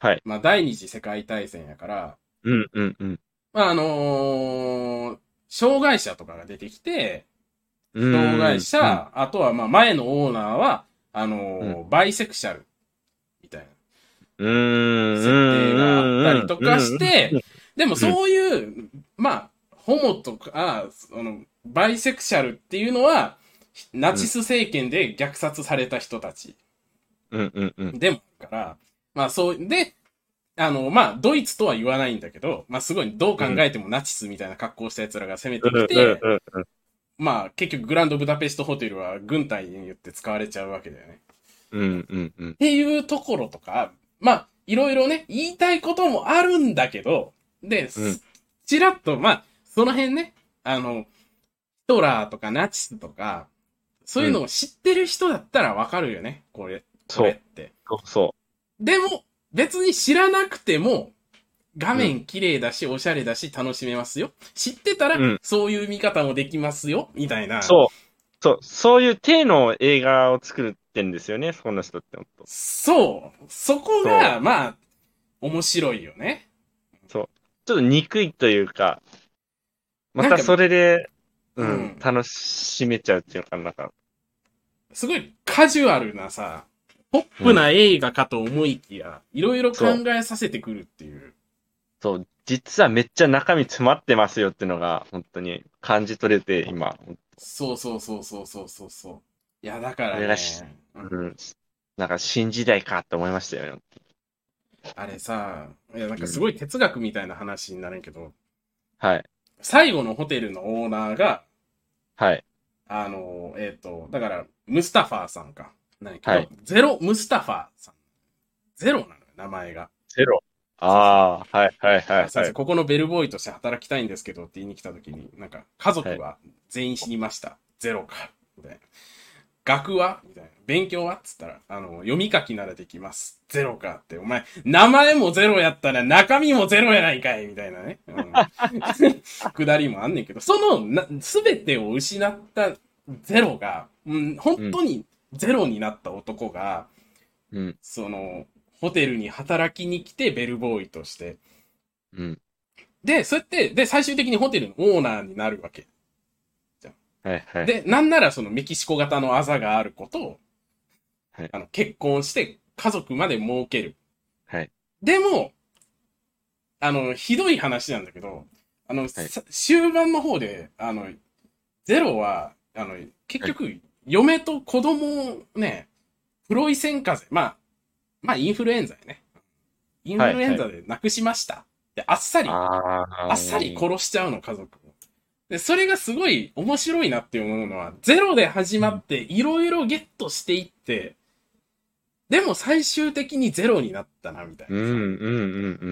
B: はい。
A: まあ、第二次世界大戦やから、
B: うんうんうん。
A: まあ、あのー障害者とかが出てきて、
B: うん
A: 障害者、あとは、まあ、前のオーナーは、あのーバイセクシャル、みたいな。
B: うんうん。
A: 設定があったりとかして
B: うんうんうん
A: でもそういう、まあ、ホモとか、その、バイセクシャルっていうのは、ナチス政権で虐殺された人たち
B: うんうんうん。
A: でもあるから、まあそう、で、あの、まあ、ドイツとは言わないんだけど、まあ、すごいどう考えてもナチスみたいな格好した奴らが攻めてきて、
B: うんうんうん
A: まあ、結局グランドブダペストホテルは軍隊によって使われちゃうわけだよね。
B: うんうんうん
A: っていうところとか、まあ、いろいろね、言いたいこともあるんだけど、で、
B: うん
A: ちらっと、まあ、その辺ね、あの、ヒトラーとかナチスとか、そういうのを知ってる人だったらわかるよね、これ、こ
B: そ
A: れ
B: う、
A: って。
B: そうそ
A: でも、別に知らなくても、画面綺麗だし、おしゃれだし、楽しめますよ。知ってたら
B: うん、
A: そういう見方もできますよ、みたいな。
B: う、そう、そう、そういう体の映画を作ってんですよね、この人って本当。
A: そう。そこが、
B: そ
A: まあ、面白いよね。
B: ちょっと憎いというか、ま
A: なん
B: た
A: か
B: それで、う
A: うん
B: ん、楽しめちゃうっていうか、なんか、
A: すごいカジュアルなさ、ポップな映画かと思いきや、いろいろ考えさせてくるっていう。
B: そう、実はめっちゃ中身詰まってますよっていうのが、本当に感じ取れて、今、
A: そうそうそうそうそうそうそう。いや、だから
B: あ
A: ね
B: れらしい、
A: うん
B: うん、なんか新時代かと思いましたよね。
A: あれさ、いや、なんかすごい哲学みたいな話になるんやけど、
B: はい、
A: 最後のホテルのオーナーが、
B: はい、
A: あの、えっ、と、だから、ムスタファーさんか。なんやけど、
B: はい
A: ゼロ、ムスタファーさん。ゼロなのよ、名前が。
B: ゼロ。ああ、はい、はい、はい、
A: 先
B: は
A: 生
B: い。
A: ここのベルボーイとして働きたいんですけどって言いに来た時に、なんか、家族は全員死にました。ゼロか。みたいな。学はみたいな。勉強はっつったら、あの、読み書きならできます。ゼロかって。お前、名前もゼロやったら中身もゼロやないかいみたいなね。うん、 くだりもあんねんけど、そのな、すべてを失ったゼロが、うん、本当にゼロになった男が、
B: うん、
A: その、ホテルに働きに来て、ベルボーイとして。
B: うん、
A: で、そうやって、で、最終的にホテルのオーナーになるわけ。
B: はい、はい。
A: で、なんならそのメキシコ型のあざがあることを、
B: はい
A: あの結婚して家族まで儲ける。
B: はい
A: でも、あの、ひどい話なんだけど、あの、さ終盤の方で、あの、ゼロは、あの、結局、嫁と子供をね、プロイセン風邪、まあ、まあ、インフルエンザやね。インフルエンザで亡くしました。で、あっさり、
B: ああ、
A: あっさり殺しちゃうの、家族を。で、それがすごい面白いなって思うのは、ゼロで始まって、いろいろゲットしていって、でも最終的にゼロになったな、みたいな。
B: うん、うん、うん、う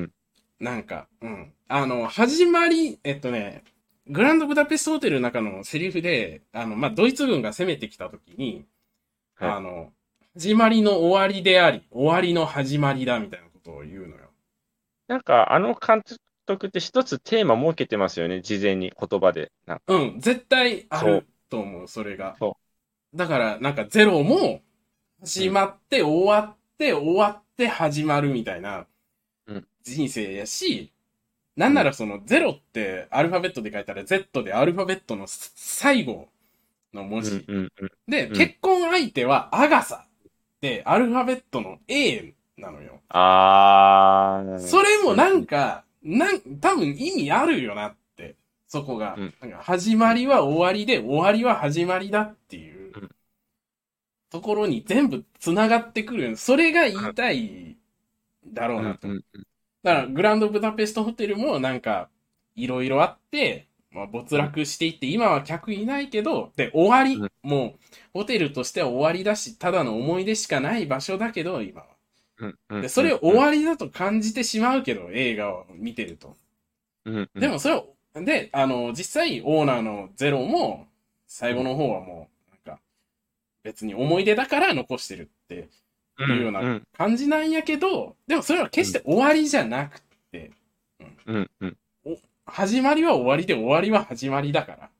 B: ん。
A: なんか、うん。あの、始まり、えっとね、グランドブダペストホテルの中のセリフで、あの、まあ、ドイツ軍が攻めてきた時に、
B: はい
A: あの、始まりの終わりであり、終わりの始まりだ、みたいなことを言うのよ。
B: なんか、あの監督って一つテーマ設けてますよね、事前に言葉で。なんか
A: うん、絶対あると思う、それが
B: そ。
A: だから、なんか、ゼロも、始まって、終わって、終わって、始まるみたいな
B: うん、
A: 人生やし、なんならその、ゼロって、アルファベットで書いたら、Z でアルファベットの最後の文字。
B: うん、うん、
A: で、
B: うん
A: 結婚相手は、アガサで、アルファベットの A なのよ。
B: ああ、
A: それもなんか、なん、多分意味あるよなって、そこが。
B: うん
A: なんか始まりは終わりで、終わりは始まりだっていう
B: うん、
A: ところに全部繋がってくるよね。それが言いたいだろ
B: う、
A: うんなと。
B: うん、
A: だから、グランドブダペストホテルもなんか、いろいろあって、まあ、没落していって、今は客いないけど、で、終わり、
B: うん
A: もう、ホテルとしては終わりだし、ただの思い出しかない場所だけど、今は。
B: うん、うん。
A: で、それを終わりだと感じてしまうけど、映画を見てると。
B: うん、うん
A: で、もそれを、で、あの、実際オーナーのゼロも、最後の方はもう、なんか、別に思い出だから残してるって
B: う
A: いうような感じなんやけど、でもそれは決して終わりじゃなくて、
B: うん、うん。
A: 始まりは終わりで終わりは始まりだから。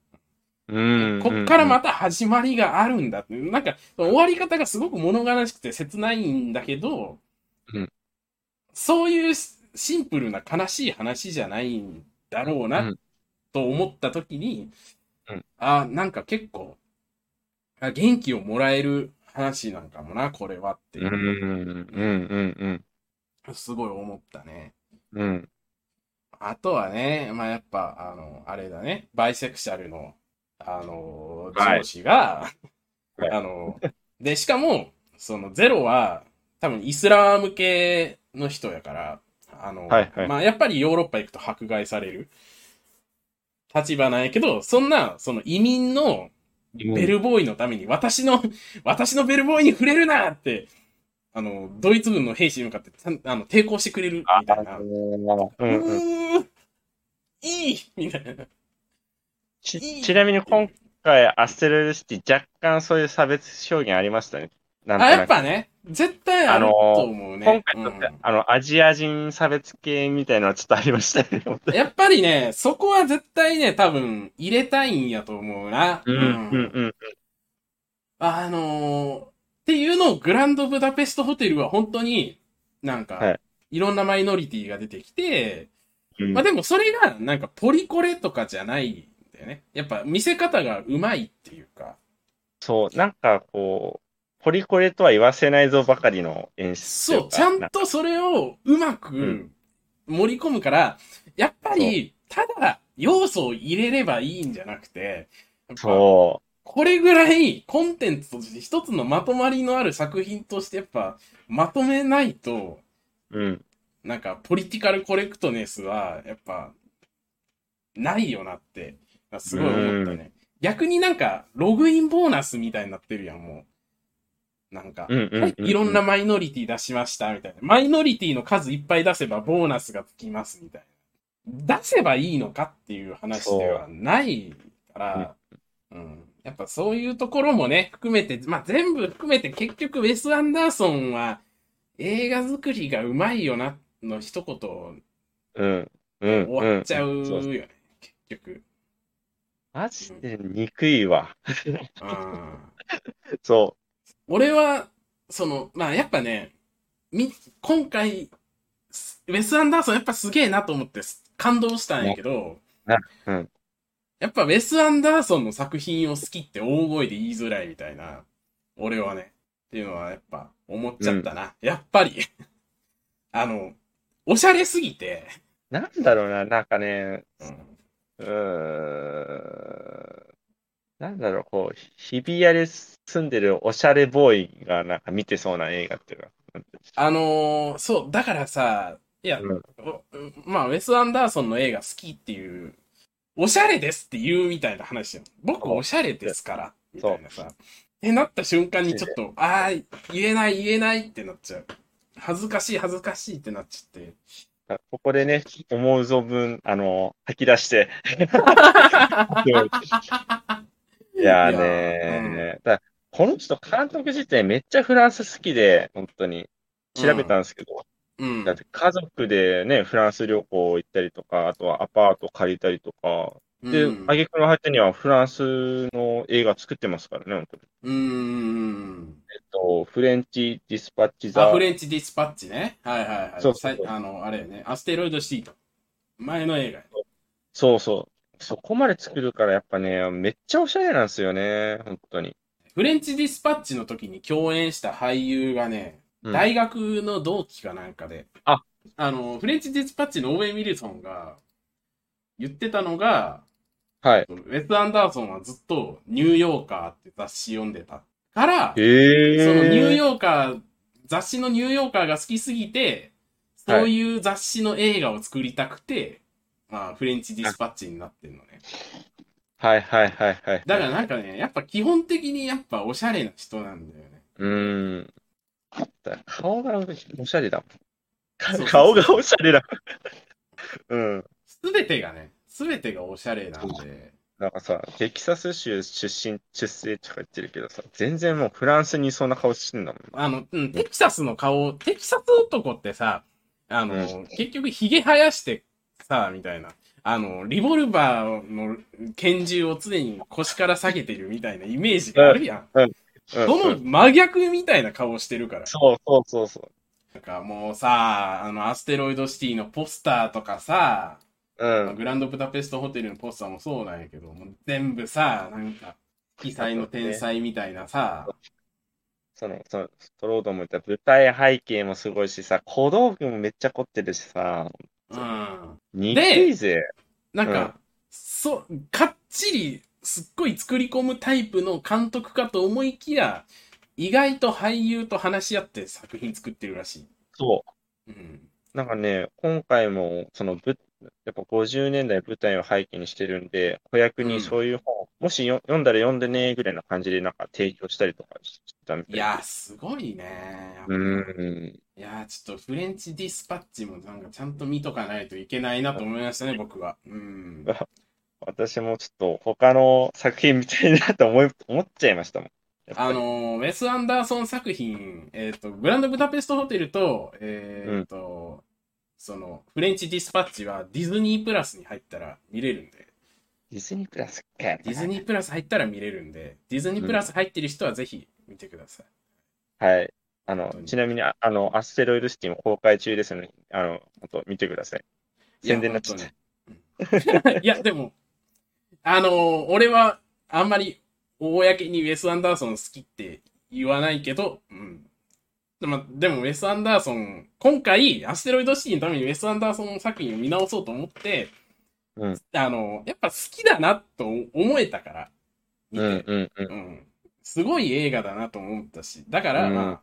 B: うん。
A: こっからまた始まりがあるんだって、なんか、終わり方がすごく物悲しくて切ないんだけど、
B: うん
A: そういうシシンプルな悲しい話じゃないんだろうな、
B: うん
A: と思った時に、
B: うん
A: あ、なんか結構、あ元気をもらえる話なんかもな、これはって、
B: うん、うん、うん、うん、
A: すごい思ったね。
B: うん。
A: あとはね、まあ、やっぱ、あの、あれだね、バイセクシャルの、あの、
B: はい
A: 上司が、
B: はい
A: あの、で、しかも、その、ゼロは、多分、イスラム系の人やから、ああの、
B: はいはい
A: まあ、やっぱりヨーロッパ行くと迫害される立場なんやけど、そんな、その移民のベルボーイのために、私の、私のベルボーイに触れるなって、あの、ドイツ軍の兵士に向かってたあの抵抗してくれるみたいな。う
B: うんうん
A: ーん、いいみたいな。
B: ちちなみに今回、アステロイドシティ、若干そういう差別表現ありましたね。なんと
A: あ、や
B: な
A: っ
B: く。
A: ぱね、絶対あると思うね。
B: 今回だって、
A: うん
B: あの、アジア人差別系みたいなのはちょっとありましたね。本当に
A: やっぱりね、そこは絶対ね、多分、入れたいんやと思うな。
B: うんうんうん。
A: あのーっていうのをグランドブダペストホテルは本当になんか、、
B: はい
A: ろんなマイノリティが出てきて、
B: うん
A: まあでもそれがなんかポリコレとかじゃないんだよね。やっぱ見せ方がうまいっていうか。
B: そう、なんかこう、ポリコレとは言わせないぞばかりの演出と
A: そ
B: い
A: うう、
B: か。
A: ちゃん
B: な
A: とそれをうまく
B: ん
A: 盛り込むから、やっぱりただ要素を入れればいいんじゃなくて、やっぱ
B: そ
A: これぐらいコンテンツとして一つのまとまりのある作品としてやっぱまとめないと、
B: う。うん。
A: なんか、ポリティカルコレクトネスは、やっぱ、ないよなって、すごい思ったね。逆になんか、ログインボーナスみたいになってるやん、もう。なんか、
B: うんうんうんうん
A: はい、いろんなマイノリティ出しました、みたいな。マイノリティの数いっぱい出せばボーナスがつきます、みたいな。出せばいいのかっていう話ではないから、うん。やっぱそういうところもね、含めて、まあ、全部含めて結局、ウェス・アンダーソンは、映画作りがうまいよなの一言
B: うん。うん。
A: 終わっちゃうよ
B: そ
A: ね、
B: そ
A: 結局。
B: マジで憎いわ。
A: うん
B: そ
A: 俺は、その、まあやっぱね、み、今回、すウェス・アンダーソンやっぱすげえなと思ってす感動したんやけど
B: ねねうん、
A: やっぱウェス・アンダーソンの作品を好きって大声で言いづらいみたいな、俺はね、っていうのはやっぱ思っちゃったな。やっぱり、 あの、おしゃれすぎて、
B: う。なんだろうな、なんかね、
A: うん
B: うーん。なんだろう、こう、日比谷で住んでるおしゃれボーイがなんか見てそうな映画っていうか。
A: あのーそう、だからさ、いや、
B: うん
A: おまあ、ウェス・アンダーソンの映画好きっていう、おしゃれですって言うみたいな話よ。僕
B: そう
A: おしゃれですから、み
B: そ
A: た
B: う
A: いなさ。ってなった瞬間にちょっと、ああ、言えない言えないってなっちゃう。恥ずかしい恥ずかしいってなっちゃって。
B: あここでね、思う存分、あの、吐き出 して。いやー
A: いや
B: ねーだこの人、監督自体めっちゃフランス好きで、本当に。調べたんですけど、
A: うん
B: だ。って家族でね、フランス旅行行ったりとか、あとはアパート借りたりとか、で、
A: うん
B: 挙句の果てにはフランスの映画作ってますからね、本当に。
A: うん。
B: えっと、フレンチ・ディスパッチ・
A: あ、
B: ザ
A: フ・レンチ・ディスパッチね。はいはいはい。
B: そうそうそう
A: さいあの、あれよね。アステロイド・シート。前の映画。
B: そうそう。そこまで作るからやっぱね、めっちゃおしゃれなんですよね、本当に。
A: フレンチ・ディスパッチの時に共演した俳優がね、
B: うん
A: 大学の同期かなんかで、
B: あ
A: あの、フレンチ・ディスパッチのオーウェイ・ミルソンが言ってたのが、
B: はい。
A: ウェス・アンダーソンはずっとニューヨーカーって雑誌読んでたから、
B: え
A: そのニュー
B: ー
A: ヨーカー、雑誌のニューヨーカーが好きすぎて、そういう雑誌の映画を作りたくて、まあ、フレンチ・ディスパッチになってるのね。
B: はいはいはいはい。
A: だからなんかね、やっぱ基本的にやっぱおしゃれな人なんだよね。
B: うーん。だ顔がおしゃれだも
A: そ
B: ん。
A: うそう
B: 顔がおしゃれだ もん。うん。
A: すべてがね、すべてがおしゃれなんで、
B: なんかさ、テキサス州出身、出生とか言ってるけどさ、全然もうフランスにいそうな顔してんだもん。
A: あの、うん、テキサスの顔、テキサス男ってさ、あの、結局ヒゲ生やしてさ、みたいな。あの、リボルバーの拳銃を常に腰から下げてるみたいなイメージがあるやん。
B: うん
A: その真逆みたいな顔してるから。
B: そうそうそうそ
A: なんかもうさ、あの、アステロイドシティのポスターとかさ、
B: う。うん。
A: グランドブダペストホテルのポスターもそうなんやけど、もう全部さ、なんか、奇才の天才みたいなさ、
B: その、その、撮ろうと思った舞台背景もすごいしさ、小道具もめっちゃ凝ってるしさ、
A: うん。
B: 憎いぜ。
A: なんか、
B: うん
A: そう、かっちり、すっごい作り込むタイプの監督かと思いきや、意外と俳優と話し合って作品作ってるらしい。
B: そう。
A: うん。
B: なんかね、今回も、そのぶ、やっぱ50年代舞台を背景にしてるんで、子役
A: うん
B: にそういう本、もしよ読んだら読んでね、ぐらいな感じで、なんか提供したりとかしてたみた
A: い
B: いな。
A: やー、すごいね。
B: うん。
A: いやー、ちょっとフレンチディスパッチもなんかちゃんと見とかないといけないなと思いましたね、僕は。うん。
B: 私もちょっと他の作品みたいなと思い、 思っちゃいましたもん。やっぱ
A: あ
B: り
A: のーウェス・アンダーソン作品、えっ、と、グランド・ブダペスト・ホテルと、えっ、と、その、フレンチ・ディスパッチはディズニープラスに入ったら見れるんで、
B: ディズニープラスか。
A: ディズニープラス入ったら見れるんで、ディズニープラス入ってる人はぜひ見てください。
B: はい。あの
A: 本当、に
B: ちなみに、ああの、アステロイドシティも公開中ですので、あの、本当見てください。宣伝になっちゃっ
A: い
B: た。
A: や、本当に いやでも、あのー俺はあんまり公にウェス・アンダーソン好きって言わないけど、うん。でも、でもウェス・アンダーソン、今回、アステロイドシティのためにウェス・アンダーソンの作品を見直そうと思って、
B: うん
A: あのーやっぱ好きだなと思えたから、見
B: う
A: て
B: んうんうん。
A: うんすごい映画だなと思ったし、だから、
B: うん
A: ま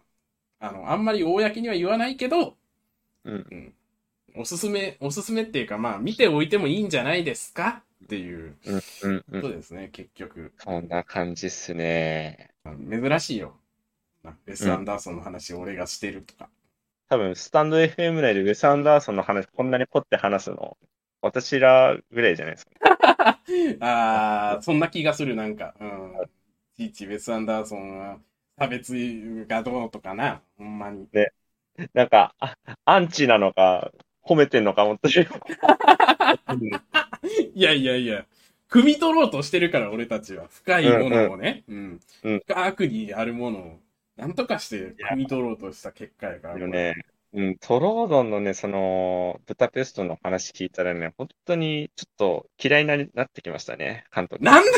A: あ、あの、あんまり公には言わないけど、
B: うん
A: おすすめ、おすすめっていうか、まあ、見ておいてもいいんじゃないですかっていう
B: うんう
A: こ
B: ん。
A: とですね、結局。
B: そんな感じっすね。
A: あの珍しいよ。なウェス・アンダーソンの話を俺がしてるとか。
B: 多分、スタンド FM 内でウェス・アンダーソンの話、こんなにポって話すの、私らぐらいじゃないですか。
A: ああ、そんな気がする、なんか。うん。いちいちウェス・アンダーソンは差別がどうとかな、ほんまに。
B: なんか、あアンチなのか、褒めてんのか、本当に。
A: いやいやいや、汲み取ろうとしてるから、俺たちは。深いものをね、うん。
B: うん
A: 深くにあるものを、なんとかして汲み取ろうとした結果やから。
B: よね。うん、トロードンのね、その、ブタペストの話聞いたらね、本当にちょっと嫌いになりなってきましたね、監督。
A: なんで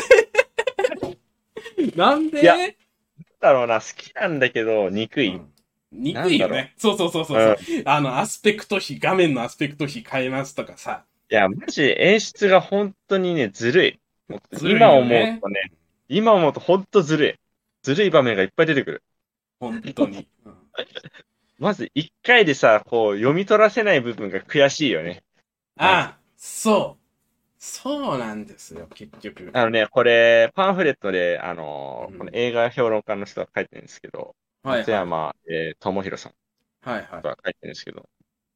A: なんで
B: いやだろうな、好きなんだけど、憎
A: う
B: い。
A: ん憎いよ
B: なんだろ
A: ね。そうそうそうそう
B: う
A: そ
B: ん
A: う。あの、アスペクト比、画面のアスペクト比変えますとかさ。
B: いや、マジ演出が本当にね、ずるい。
A: ずるい
B: 今
A: よ
B: 思う
A: ね
B: とね、今思うと本当ずるい。ずるい場面がいっぱい出てくる。
A: 本当に。うん
B: まず一回でさ、こう、読み取らせない部分が悔しいよね。
A: ああ、そう。そうなんですよ、結局。
B: あのね、これ、パンフレットで、あの
A: うん
B: この映画評論家の人が書いてるんですけど、
A: はい
B: 松
A: はい。
B: 山、えー智弘さん
A: はいはい。
B: が書いてるんですけど、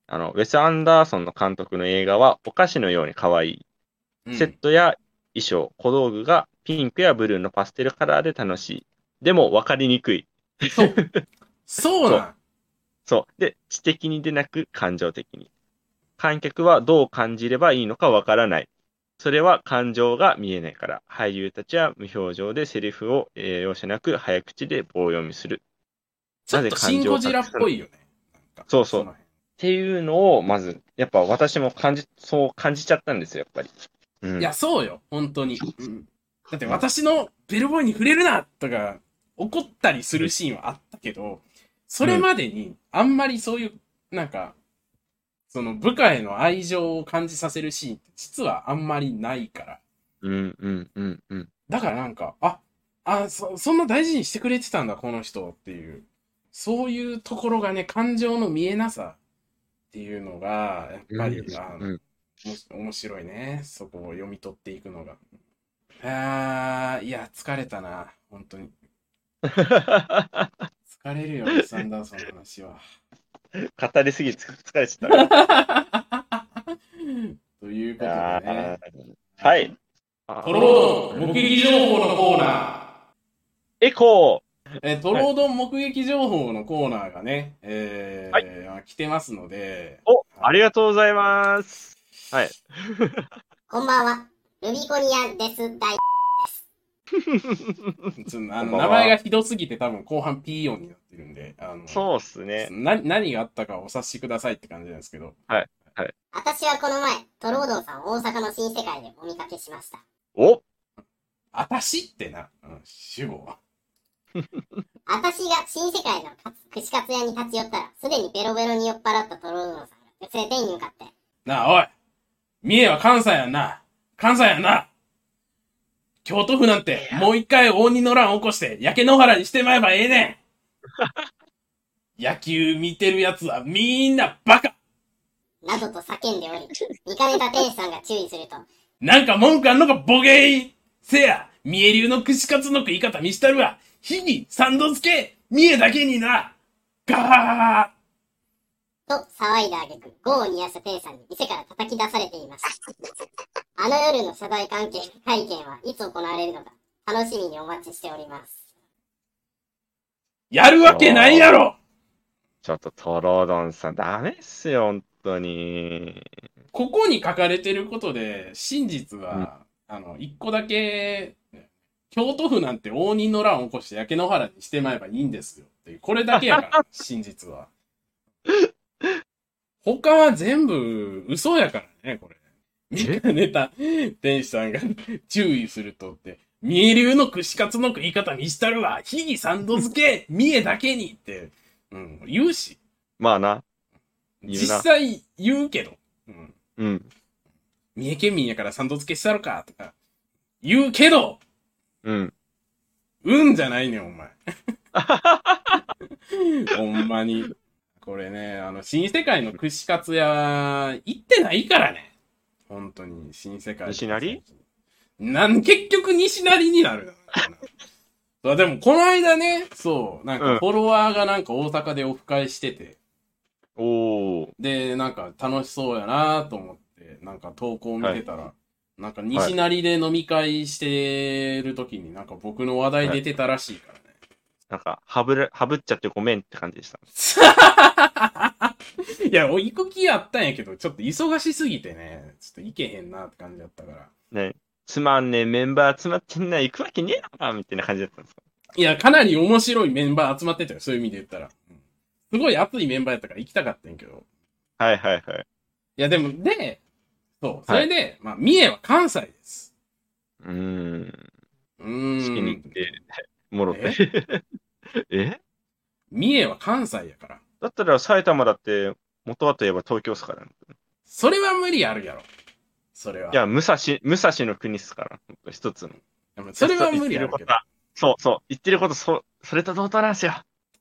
B: あの、ウェス・アンダーソンの監督の映画は、お菓子のように可愛い。
A: うん
B: セットや衣装、小道具がピンクやブルーのパステルカラーで楽しい。でも分かりにくい。
A: そうなん。
B: そう。で、知的にでなく感情的に。観客はどう感じればいいのかわからない。それは感情が見えないから。俳優たちは無表情でセリフをえー容赦なく早口で棒読みする。
A: ちょっとシンゴジラっぽいよね。なんか
B: そうそう
A: の辺
B: っていうのを、まず、やっぱ私も感じ、そう感じちゃったんですよ、やっぱり。うん
A: いや、そうよ、本当に。うんだって私のベルボーイに触れるなとか怒ったりするシーンはあったけど、それまでにあんまりそういう、なんか、その部下への愛情を感じさせるシーンって実はあんまりないから。
B: うん、うん、うん、うん。
A: だからなんか、あ、あ、そ、そんな大事にしてくれてたんだ、この人っていう。そういうところがね、感情の見えなさっていうのが、やっぱり、あの
B: うん
A: おもし面白いね。そこを読み取っていくのが。あー、いや、疲れたな。本当に。疲れ るよ、ウェスアンダーソンの話は。
B: 語りすぎて疲れちゃった。
A: ということ
B: あ
A: でね。
B: ーはい。あ
A: トロードン目撃情報のコーナー。
B: エコ
A: えートロードン目撃情報のコーナーがね、えー来てますの で、
B: ーお、ありがとうございます。はい。
D: こんばんは。ルビコニアです。大
A: ちょあ
B: こん
A: の
B: ばんは
A: 名前がひどすぎて多分後半 P 音になってるんで、あの
B: そうっすね。
A: な何があったかお察しくださいって感じなんですけど、
D: 私はこの前、トロードンさんを大阪の新世界でお見かけしました。
B: お
A: あたしってな、うん、主語は。
D: 私が新世界のかつ串カツ屋に立ち寄ったら、すでにベロベロに酔っ払ったトロードンさんが連れてに向かって、
A: なあ、おい三重は関西やんな関西やんな京都府なんて、もう一回応仁の乱起こして、焼け野原にしてまえばええねん野球見てる奴はみんなバカ
D: などと叫んでおり、見かねた店主さんが注意すると、
A: なんか文句あんのかボケーせや、三重流の串カツの食い方見したるわ。火に三度つけ三重だけになガー
D: と騒いだ挙句、業を煮やす店さんに店から叩き出されていました。あの夜の謝罪関係会見はいつ行われるのか、楽しみにお待ちしております。
A: やるわけないやろ
B: ちょっとトロードンさん、ダメっすよ、本当に。
A: ここに書かれてることで、真実は、あの、一個だけ、京都府なんて応仁の乱を起こして焼け野原にしてまえばいいんですよっていう、これだけや から、真実は。他は全部嘘やからね、これ。見かねた天使さんが注意するとって、三重流の串カツの食い方にしたるわ、火に三度付け、 三重だけにって、うん、言うし、
B: まあな。言うな
A: 実際言うけど。うん
B: うん。
A: 三重県民やから三度付けしたろかとか、言うけど、
B: うん。
A: うんじゃないねん、お 前。ほんまに。これね、あの、新世界の串カツ屋、行ってないからね。本当に、新世界。
B: 西成
A: なん、結局西成になる。 そうでも、この間ね、そう、なん
B: うん
A: かフォロワーがなんか大阪でオフ会してて、
B: おー。
A: で、なんか楽しそうやなと思って、なんか投稿見てたら、なんか西成で飲み会してる時に、なんか僕の話題出てたらしいからね。
B: なんか、はぶれ、はぶっちゃってごめんって感じでした。
A: い、や、お行く気やったんやけど、ちょっと忙しすぎてね、ちょっと行けへんなって感じだったから。
B: ね。つまんねえ、メンバー集まってんな、行くわけねえなみたいな感じだったんですか。
A: いや、かなり面白いメンバー集まってたよ、そういう意味で言ったら。うんすごい熱いメンバーやったから行きたかったんやけど。
B: はいはいはい。
A: いや、でも、で、そう、そ
B: はい
A: れで、まあ、三重は関西です。
B: うーん。
A: うーん。
B: 好きに行って、もろって。 え
A: 三重は関西やから。
B: だったら埼玉だって、元はといえば東京っすから、ね。
A: それは無理あるやろ。それは。
B: いや、武蔵、武蔵の国っすから、ほんと一つの。
A: でもそれは無理あるけど。
B: そうそう、言ってること、そ、それと同等なんですよ。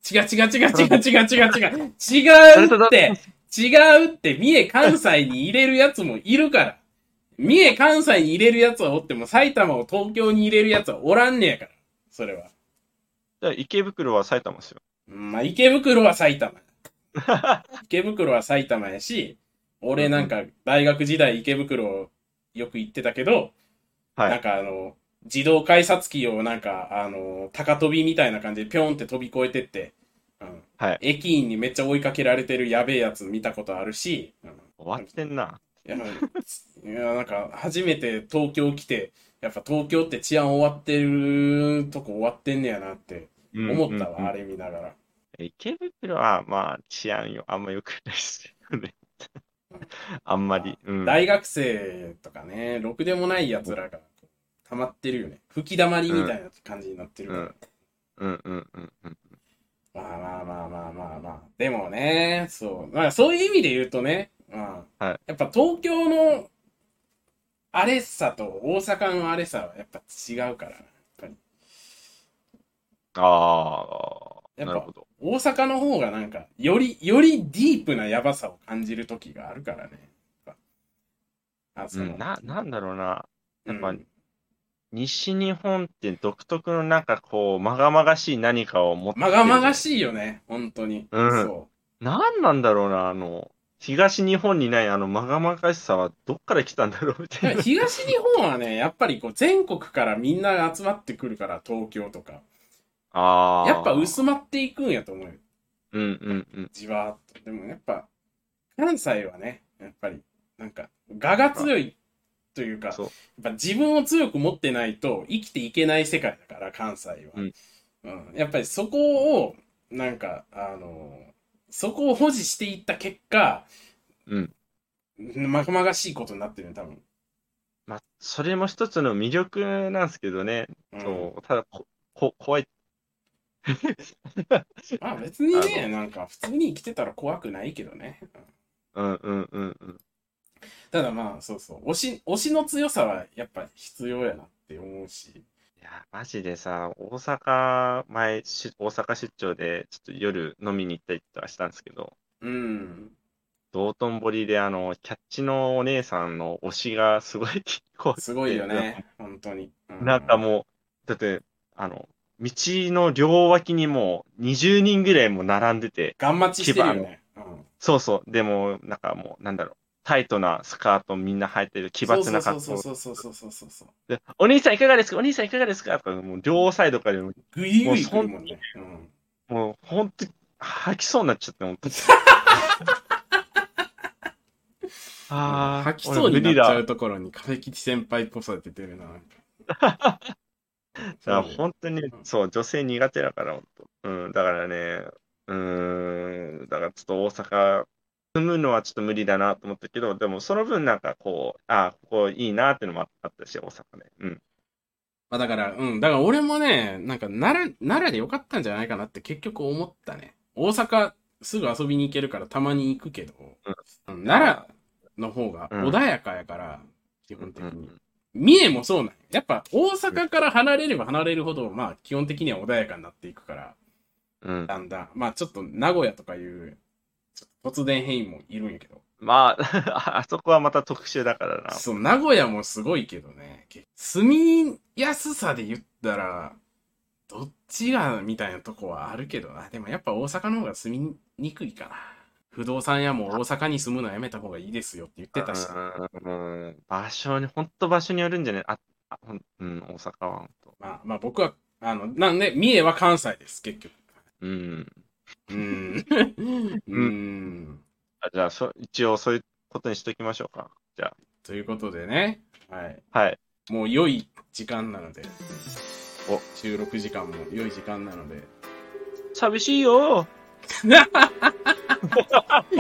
A: 違う違う違う違う違う違う違う。
B: それ
A: 違
B: と
A: う
B: 同
A: っ
B: 等
A: て、違うって、三重関西に入れるやつもいるから。三重関西に入れるやつはおっても、埼玉を東京に入れるやつはおらんねやから。それは。
B: だから池袋は埼玉っすよ。
A: うんまあ、池袋は埼 玉。池袋は埼玉やし、俺なんか大学時代池袋よく行ってたけど、
B: はい
A: なんかあの、自動改札機をなんか、あの、高飛びみたいな感じでぴょんって飛び越えてって、うん
B: はい
A: 駅員にめっちゃ追いかけられてるやべえやつ見たことあるし、うん
B: 終わってんな。
A: いやいやなんか初めて東京来て、やっぱ東京って治安終わってるとこ終わってんねやなって思ったわ、
B: うんうんうん
A: あれ見ながら。
B: 池袋は、まあ、治安よ、あんま良くないっすよ ね。あんまり。うん。
A: 大学生とかね、ろくでもない奴らが溜まってるよね。吹き溜まりみたいな感じになってる
B: う
A: から。
B: ん。うんうんうんうん。
A: まあまあまあまあまあまあ。でもね、そう。まあそういう意味で言うとね、まあ、
B: はい
A: やっぱ東京のアレッサと大阪のアレッサはやっぱ違うから。やっぱり
B: ああ、
A: やっぱ
B: なるほど。
A: 大阪の方がなんか、より、よりディープなヤバさを感じる時があるからね。やっぱあ、
B: う
A: その
B: ん、な、なんだろうな。やっぱ
A: うん
B: 西日本って独特のなんかこう、まがまがしい何かを持って
A: まがまが
B: い。
A: しいよね、本当に。
B: うん
A: そう。
B: なんなんだろうな、あの、東日本にないあのまがまがしさはどっから来たんだろうみたいな。
A: 東日本はね、 やっぱりこう全国からみんなが集まってくるから、東京とか。
B: ああ。
A: やっぱ薄まっていくんやと思うよ、
B: うんうんうん。
A: じわーっと。でもやっぱ、関西はね、やっぱり、なんか、我が強いというか、やっ
B: そう。
A: ぱ自分を強く持ってないと生きていけない世界だから、関西は。
B: うん
A: うんやっぱりそこを、なんか、あのーそこを保持していった結果、
B: うん。
A: まがまがしいことになってるね、多分。
B: まあ、それも一つの魅力なんですけどね。
A: うん
B: そう。ただ、こ、こ、怖い。
A: まあ別に
B: あ
A: ね、なんか普通に生きてたら怖くないけどね。うん
B: うんうんうんうん。
A: ただまあそうそう、推し、推しの強さはやっぱ必要やなって思うし。
B: いや、マジでさ、大阪、前、し大阪出張で、ちょっと夜飲みに行ったりとかしたんですけど、
A: うん。
B: 道頓堀であの、キャッチのお姉さんの推しがすごい結構
A: すごいよね、本当に。う
B: なんかもう、だって、あの、道の両脇にもう20人ぐらいも並んでて、
A: ガン待ちしてるよね。うん
B: そうそう、でも、なんかもう、なんだろう、タイトなスカートみんな履いてる、奇抜な格
A: そう
B: 好。
A: そうそうそうそうそうそう。
B: で、お兄さんいかがですかお兄さんいかがですかとか、もう両サイドからも
A: ぐいぐい来るもんね。うん
B: う、もう本当に吐きそうになっちゃって、本 当に。あー
A: 吐きそうになっちゃうところに壁吉先輩っぽさ出て るな。なんか
B: だから
A: そう
B: 本当に、そう、女性苦手だから、本当。うん、だからね、うーん、だからちょっと大阪、住むのはちょっと無理だなと思ったけど、でもその分なんかこう、あここいいなっていうのもああったし、大阪ね。うん。
A: まあだから、うん。だから俺もね、なんか奈良、奈良でよかったんじゃないかなって結局思ったね。大阪すぐ遊びに行けるからたまに行くけど、うん奈良の方が穏やかやから、基本的に。三重もそうなんよやっぱ大阪から離れれば離れるほど、まあ基本的には穏やかになっていくから、
B: うん。
A: だんだん。まあちょっと名古屋とかいう、ちょっと突然変異もいるんやけど。
B: まあ、あ そこはまた特殊だからな。
A: そう、名古屋もすごいけどね。結住みやすさで言ったら、どっちがみたいなとこはあるけどな。でもやっぱ大阪の方が住みにくいかな。不動産屋も大阪に住むのはやめた方がいいですよって言ってたし。
B: うんうん場所に、本当場所によるんじゃないあ、あほんうん、大阪は本当。
A: まあ、まあ僕は、あの、なんで、三重は関西です、結局。
B: うん。
A: うん。うん。
B: あじゃあそ、一応そういうことにしときましょうか。じゃ
A: ということでね。はい。
B: あ、はい。
A: もう良い時間なので。
B: お
A: 収録時間も良い時間なので。
B: 寂しいよ。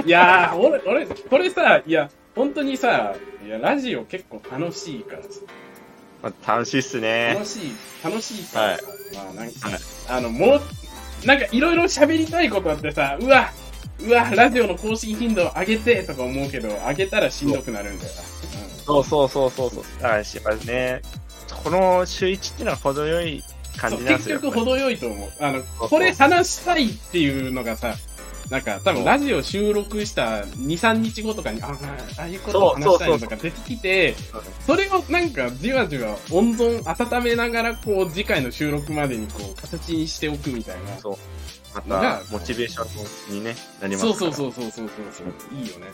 A: いやー、俺、俺、これさ、いや、本当にさ、いや、ラジオ結構楽しいからさ、
B: まあ楽しいっすね
A: 楽。しい、楽しいからさ、まあなんか、あの、もう、なんかいろいろ喋りたいことあってさ、うわ、うわ、ラジオの更新頻度上げてとか思うけど、上げたらしんどくなるんだよな。
B: そうそうそうそうそう。だからしますね。この週一っていうのは程よい
A: うん、
B: 感
A: そう
B: じなんです
A: 結
B: よ。
A: 局
B: やっぱり
A: 程よいと思う。あの、
B: そう
A: これ話したいっていうのがさ、なんか多分ラジオ収録した2、3日後とかに、ああ、ああいうことを話したいのとか出てきて、それをなんかじわじわ温存温めながらこう次回の収録までにこう形にしておくみたいな。
B: そう。ま
A: が
B: た、モチベーションに、ね、なります
A: そ
B: か
A: う
B: ら。
A: そうそうそうそうそうそう。いいよね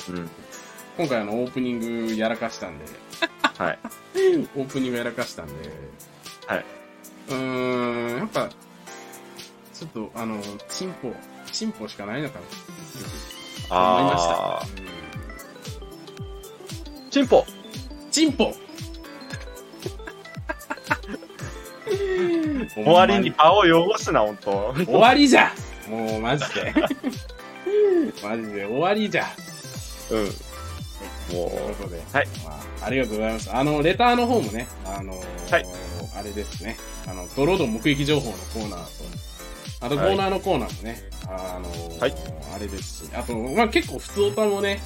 A: っていう。
B: う。うん。
A: 今回あのオープニングやらかしたんで、
B: はい。
A: オープニングやらかしたんで、
B: はいう
A: ーん、やっぱ、ちょっとあの、進歩、進歩しかないのかな。思いました
B: ああ。。チンポ
A: うん進歩終
B: 終わりに顔を汚すな、本当。
A: 終わりじゃもうマジで。マジで終わりじゃ
B: うん。
A: とい
B: も
A: うことで、
B: はい
A: まあ、ありがとうございます。あの、レターの方もね、あのー
B: はい
A: あれですね、あの、ドロードン目撃情報のコーナーと、あとコ
B: はい
A: ーナーのコーナーもね、あのー
B: はい
A: あれですし、あと、まあ結構普通歌もね、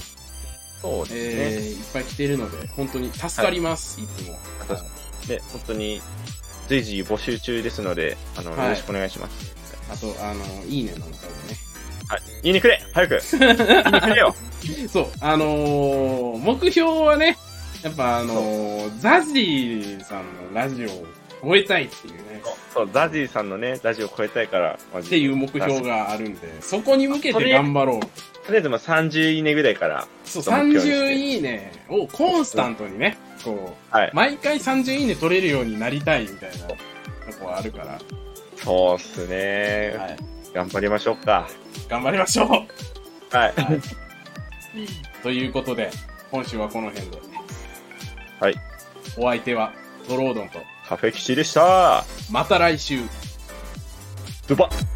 B: う、そうですね。
A: えーいっぱい来てるので、本当に助かります、い、つも。
B: 確かで、本当に、随時募集中ですので、あの、
A: はい
B: よろしくお願いします。
A: あと、あのーいいねなんか
B: はい。言いにくれ早く言いにくれ よ
A: もね。そう、あのー目標はね、やっぱあのーザジーさんのラジオを超えたいっていうね。
B: そう、ザジーさんのね、ラジオ超えたいから、マ
A: っ
B: ジ
A: て
B: で
A: いう目標があるんで、そこに向けて頑張ろう。
B: とりあえずまあ30いいねぐらいから、
A: そう、
B: その目
A: 30
B: 標に
A: いいねをコンスタントにね、こ
B: はい。
A: う、毎回30いいね取れるようになりたいみたいなとこはあるから、
B: そうっすね、
A: はい。
B: 頑張りましょうか。
A: 頑張りましょうは
B: はい。
A: いということで、今週はこの辺で。
B: はい。
A: お相手は、ドロードンと、
B: カフェキシでした。
A: また来週。
B: ドバッ